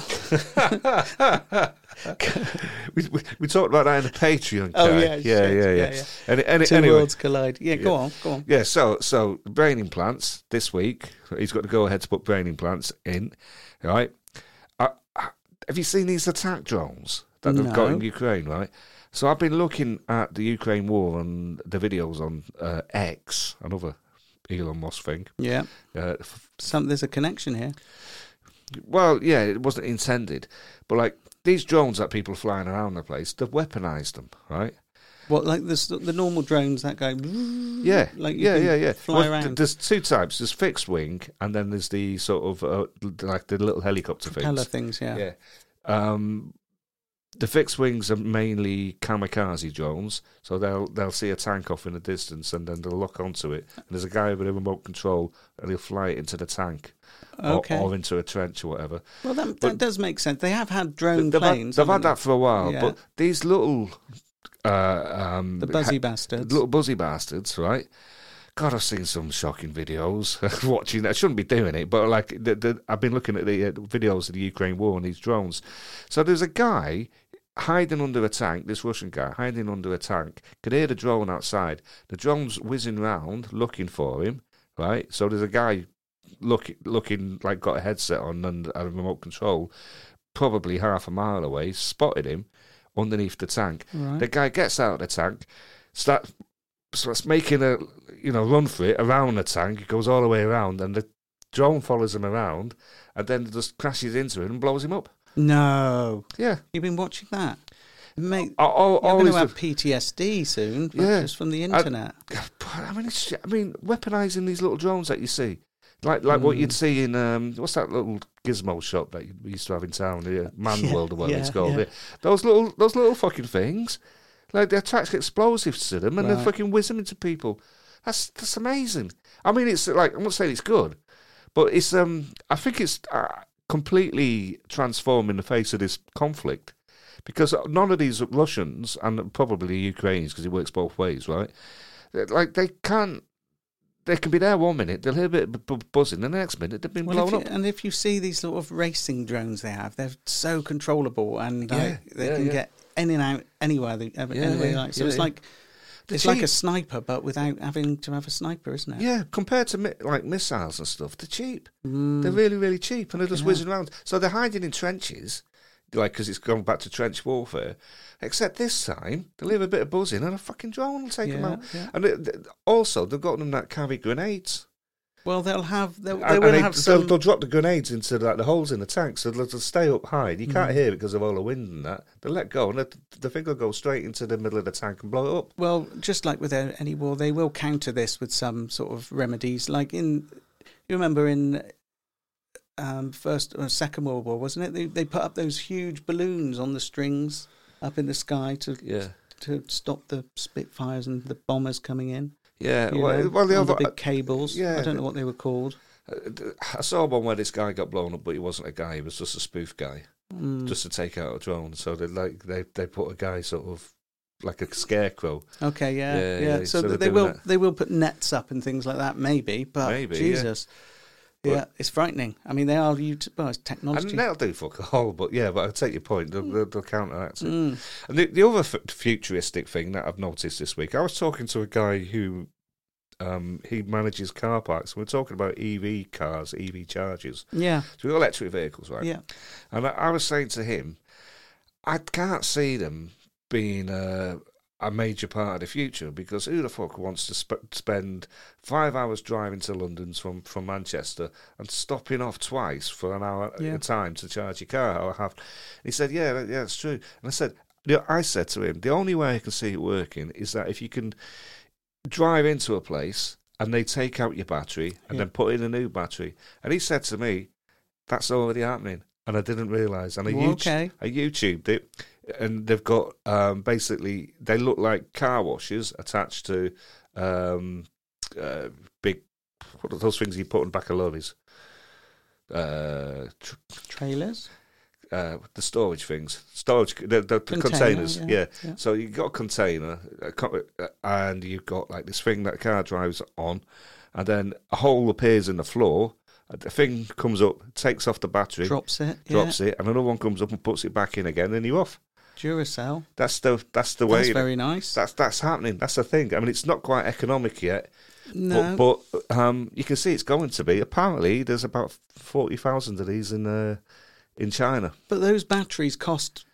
we, we, we talked about that in the Patreon.
Oh,
Kai.
yeah,
yeah,
shit,
yeah,
yeah,
yeah.
yeah.
Any, any,
Two
anyway,
worlds collide. Yeah, go on, go on.
yeah. So, so brain implants this week. He's got to go ahead to put brain implants in. Right? Uh, uh, have you seen these attack drones that they've got in
No.
Ukraine? Right. So I've been looking at the Ukraine war and the videos on uh, X, another Elon Musk thing.
Yeah,
Uh, f-
some there's a connection here.
Well, yeah, it wasn't intended, but like these drones that people are flying around the place, they've weaponized them, right?
What like the s- the normal drones that go?
Yeah,
Mm-hmm. Like you
yeah,
can
yeah, yeah.
fly
th-
around.
There's two types. There's fixed wing, and then there's the sort of uh, like the little helicopter
propeller
things.
things. Yeah.
Yeah. Um, the fixed wings are mainly kamikaze drones, so they'll they'll see a tank off in the distance, and then they'll lock onto it. And there's a guy with a remote control, and he'll fly it into the tank
Okay.
or, or into a trench or whatever.
well, that,
but-
that does make sense. They have had drone
They've had-
planes.
They've had,
haven't
that for a while,
Yeah.
but these little, uh, um,
they? the buzzy
ha-
bastards.
little buzzy bastards, right? God, I've seen some shocking videos. watching, I shouldn't be doing it, but like, the, the, I've been looking at the uh, videos of the Ukraine war and these drones. So there's a guy hiding under a tank. This Russian guy hiding under a tank could hear the drone outside. The drone's whizzing round looking for him, right? So there's a guy look, looking like got a headset on and a remote control, probably half a mile away, spotted him underneath the tank. The guy gets out of the tank, starts, starts making a you know run for it around the tank. It goes all the way around, and the drone follows him around, and then just crashes into him and blows him up.
No.
Yeah.
You've been watching that? Mate,
Oh, oh,
you're
oh,
going
is
to
the-
have PTSD soon,
Yeah.
just from the
I-
internet.
I mean, it's, I mean, weaponizing these little drones that you see. Like like what
Hmm.
you'd see in um, what's that little gizmo shop that you used to have in town, the uh, Man
Yeah,
World or whatever it's
yeah,
called.
yeah.
Those little those little fucking things, like they attach explosives to them and they
Right.
fucking whiz them into people. That's that's amazing. I mean, it's like I'm not saying it's good, but it's um I think it's uh, completely transforming the face of this conflict because none of these Russians and probably Ukrainians because it works both ways, right? They're- Like they can't. They can be there one minute, they'll hear a bit of bu- buzzing, the next minute they've been
Well, if
blown
you,
up.
and if you see these sort of racing drones they have, they're so controllable and like,
Yeah,
they
yeah,
can
yeah.
get in and out anywhere they ever,
Yeah,
anywhere they
yeah,
like. So
yeah,
it's
yeah.
like
The
it's like a
cheat.
sniper, but without having to have a sniper, isn't it?
Yeah, compared to mi- like missiles and stuff, they're cheap.
Mm.
They're really, really cheap, and they're just whizzing around. So they're hiding in trenches, like because it's gone back to trench warfare. Except this time, they leave a bit of buzzing, and a fucking drone will take them
Yeah,
out.
yeah.
And it, th- also, they've got them that carry grenades.
Well, they'll have they'll,
And-
they
and
will have
they'll,
some.
they'll drop the grenades into like the holes in the tank, so they'll, they'll stay up high. You
Mm.
can't hear because of all the wind and that. They let go, and the, the thing will go straight into the middle of the tank and blow it up.
Well, just like with a- any war, they will counter this with some sort of remedies. Like in, you remember in um, first or second World War, wasn't it? They they put up those huge balloons on the strings up in the sky to
Yeah.
to stop the Spitfires and the bombers coming in.
Yeah,
you
well,
know,
well, the
all
other uh,
big cables.
yeah,
I don't
the-
know what they were called.
uh, I saw one where this guy got blown up, but he wasn't a guy; he was just a spoof guy,
Hmm. Mm.
just to take out a drone. So they like they they put a guy sort of like a scarecrow.
Okay, yeah,
Yeah,
yeah. So,
yeah, so they're
th- they
doing
will
that.
they will put nets up and things like that, maybe. But
Maybe, yeah.
Jesus, yeah, it's frightening. I mean, they are ut- well, it's
And
technology.
that'll do fuck all. But yeah, but I take your point;
Mm.
they'll, they'll, they'll counteract it.
Hmm.
And the, the other f- futuristic thing that I've noticed this week, I was talking to a guy who um, he manages car parks. We're talking about EV cars, EV chargers.
Yeah,
So we've got electric vehicles, right?
yeah.
And I, I was saying to him, I can't see them being a, a major part of the future because who the fuck wants to sp- spend five hours driving to London from, from Manchester and stopping off twice for an hour at
Yeah.
a time to charge your car? Or have? He said, Yeah, that- yeah, that's true. And I said, you know, I said to him, the only way I can see it working is that if you can drive into a place and they take out your battery
Yeah.
and then put in a new battery. And he said to me, that's already happening. And I didn't realise. And I,
Well,
YouTube,
okay.
I YouTubed it, and they've got um, basically they look like car washes attached to um, uh, big what are those things you put on back of lorries? Uh, tr-
Trailers.
uh, the storage things, storage the, the, the
Container,
containers.
yeah,
Yeah.
yeah.
So you have got a container, a co- uh, and you've got like this thing that a car drives on, and then a hole appears in the floor. and The thing comes up, takes off the battery,
Drops it. Yeah.
drops it, and another one comes up and puts it back in again, and you're off.
Duracell.
That's the that's the way.
That's
it-
very nice.
that's that's happening. That's the thing. I mean, it's not quite economic yet,
no.
but, but um, you can see it's going to be. Apparently, there's about forty thousand of these in uh, in China.
But those batteries cost,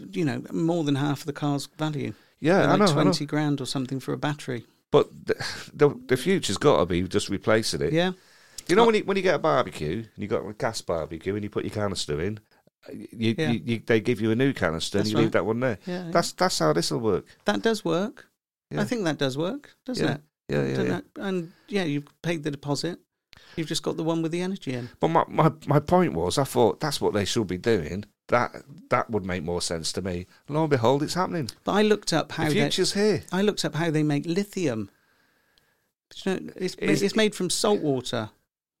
you know, more than half of the car's value.
Yeah,
They're
I
like
know. I know.
twenty grand or something for a battery.
But the, the, the future's got to be just replacing it.
Yeah, Oh.
You know when you when you get a barbecue and you got a gas barbecue and you put your canister in, you,
Yeah.
you, you they give you a new canister and
That's
you leave
right.
that one there.
Yeah, yeah.
That's that's how this will work.
that does work.
Yeah.
I think that does work, doesn't
Yeah.
it?
Yeah, yeah,
Don't
yeah.
that- And yeah, you've paid the deposit. You've just got the one with the energy in.
But my, my, my point was, I thought that's what they should be doing. That that would make more sense to me. Lo and behold, it's happening.
But I looked up how
the
they,
future's here.
I looked up how they make lithium. Do You know, it's,
Is-
it's made from salt water.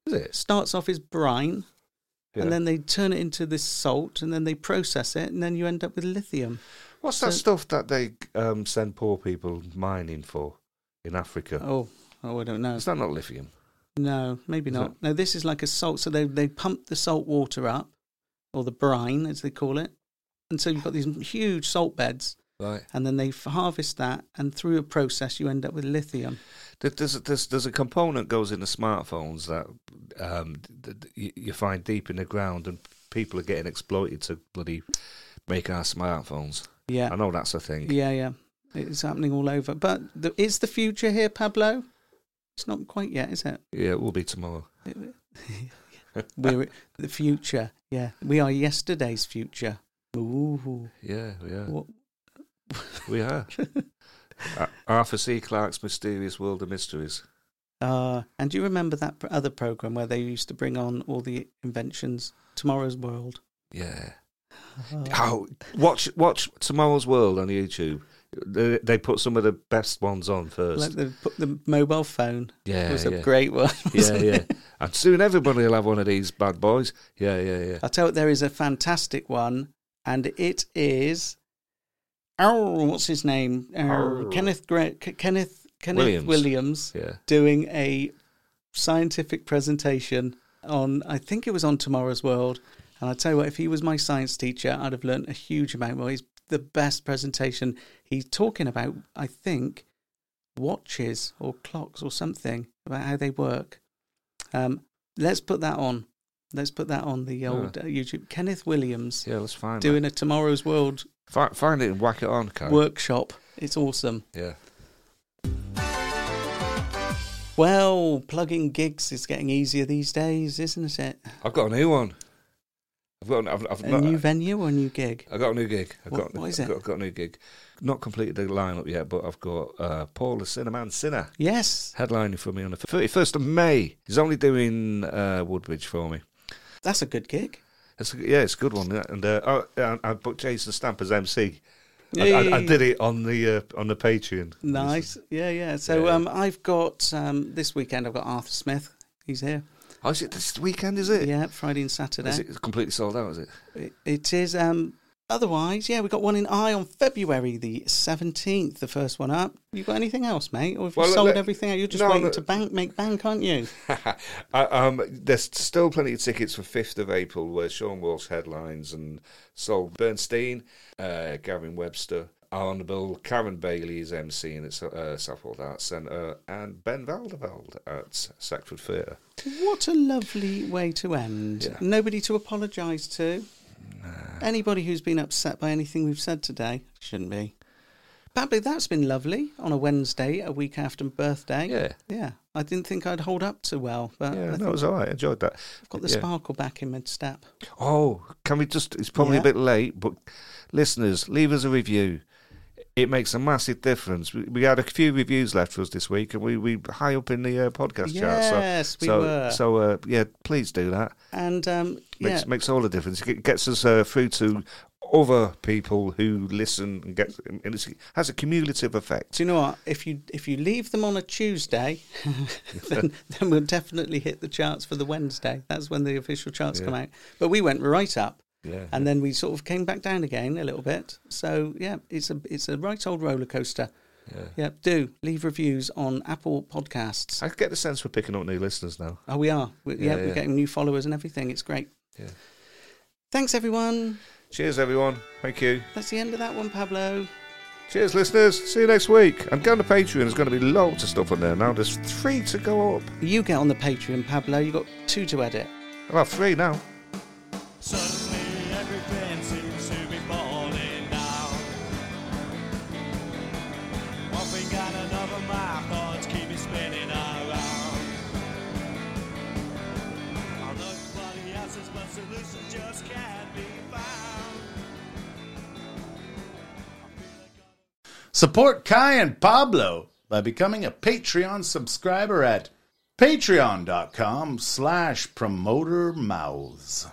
Is
It
it?
starts off as brine,
Yeah.
and then they turn it into this salt, and then they process it, and then you end up with lithium.
What's that
so-
stuff that they um, send poor people mining for in Africa?
Oh, oh, I don't know.
Is that not lithium?
No, maybe
Is
not. No, this is like a salt. So they they pump the salt water up, or the brine as they call it, and so you've got these huge salt beds,
Right.
and then they f- harvest that, and through a process you end up with lithium.
There- There's a, there's, there's a component goes in the smartphones that um, th- th- you, you find deep in the ground, and people are getting exploited to bloody make our smartphones.
Yeah,
I know that's a thing.
yeah, yeah. It's happening all over. But the, is the future here, Pablo? It's not quite yet, is it?
Yeah, it will be tomorrow.
We're the future. Yeah, we are yesterday's future. Ooh,
Yeah, yeah,
what?
we are. A- Arthur C. Clarke's Mysterious World of Mysteries.
Uh, and do you remember that pr- other program where they used to bring on all the inventions? Tomorrow's World.
Yeah. Oh, watch watch Tomorrow's World on YouTube. They, they put some of the best ones on first.
Like the, put the mobile phone.
Yeah,
was a
yeah.
great one.
yeah, yeah. And soon everybody will have one of these bad boys. Yeah, yeah, yeah.
I'll tell you, there is a fantastic one, and it is. Oh, what's his name? Oh,
Arr.
Kenneth, Gra- K- Kenneth Kenneth
Williams.
Williams,
Yeah.
doing a scientific presentation on, I think it was on Tomorrow's World. And I tell you what, if he was my science teacher, I'd have learnt a huge amount more. He's the best presentation. He's talking about, I think, watches or clocks or something about how they work. Um, let's put that on. Let's put that on the old uh, YouTube. Kenneth Williams
Yeah, let's find
doing a Tomorrow's World
it. Fi- find it and whack it on, Karen.
workshop. It's awesome.
Yeah.
Well, plugging gigs is getting easier these days, isn't it?
I've got a new one. I've got. I've, I've
A
not,
new venue or a new gig?
I got a new gig. I've
What-
got,
what is
I've
it?
Got, I've got a new gig. Not completed the lineup yet, but I've got uh, Paul the Cinnamon Sinner
Yes,
headlining for me on the 31st of May. He's only doing uh, Woodbridge for me.
that's a good gig.
It's, yeah, it's a good one. yeah. And uh, oh, yeah, I, I booked Jason Stamp as MC. I, I, I
Yay.
did it on the uh, on the Patreon.
Nice. Yeah, yeah. So
Yeah.
Um, I've got um, this weekend. I've got Arthur Smith. He's here.
Oh, is it this weekend? Is it?
Yeah, Friday and Saturday.
Is it completely sold out? Is it?
It- it is. Um, otherwise, yeah, we got one in Eye on February the seventeenth. The first one up. You got anything else, mate? Or have
Well,
you
look,
sold
look-
everything out? You're just
no,
waiting
look-
to bank make bank, aren't you?
I, um, there's still plenty of tickets for 5th of April, where Sean Walsh headlines and Sol Bernstein, uh, Gavin Webster, Arnable, Karen Bailey is MC in at uh, Southwold Arts Centre, and Ben Valdeveld at Sackford Theatre.
What a lovely way to end.
Yeah.
Nobody to apologise to. Anybody who's been upset by anything we've said today shouldn't be. Babley, that's been lovely on a Wednesday, a week after my birthday.
Yeah.
Yeah. I didn't think I'd hold up too well, but
Yeah,
Oh, I
no, it was all right. I enjoyed that.
got the
Yeah.
sparkle back in mid step.
Oh, can we just? It's probably a
Yeah.
bit late, but listeners, leave us a review. It makes a massive difference. We, we had a few reviews left for us this week, and we we high up in the uh, podcast chart.
Yes,
So,
we
so,
were.
So uh, yeah, please do that.
And um,
Makes
yeah,
makes all the difference. It g- gets us uh, through to other people who listen and get, and it's, it has a cumulative effect.
do you know what? If you if you leave them on a Tuesday, then, then we'll definitely hit the charts for the Wednesday. That's when the official charts
Yeah.
come out. But we went right up.
Yeah.
and then we sort of came back down again a little bit. So yeah, it's a it's a right old roller coaster.
Yeah.
Yeah, do leave reviews on Apple Podcasts.
I get the sense we're picking up new listeners now.
Oh, we are. We, yeah,
Yeah, yeah.
we're getting new followers and everything. It's great.
Yeah.
Thanks everyone.
Cheers, everyone. Thank you.
That's the end of that one, Pablo.
Cheers, listeners. See you next week. And go on to Patreon. There's going to be loads of stuff on there now. There's three to go up.
You get on the Patreon, Pablo. You got two to edit.
Well, three now.
Suddenly everything seems to be falling down. One thing got another, my thoughts keep me spinning around. All nobody else's, but solution just can't be found.
Support Kai and Pablo by becoming a Patreon subscriber at patreon.com slash promoter mouths.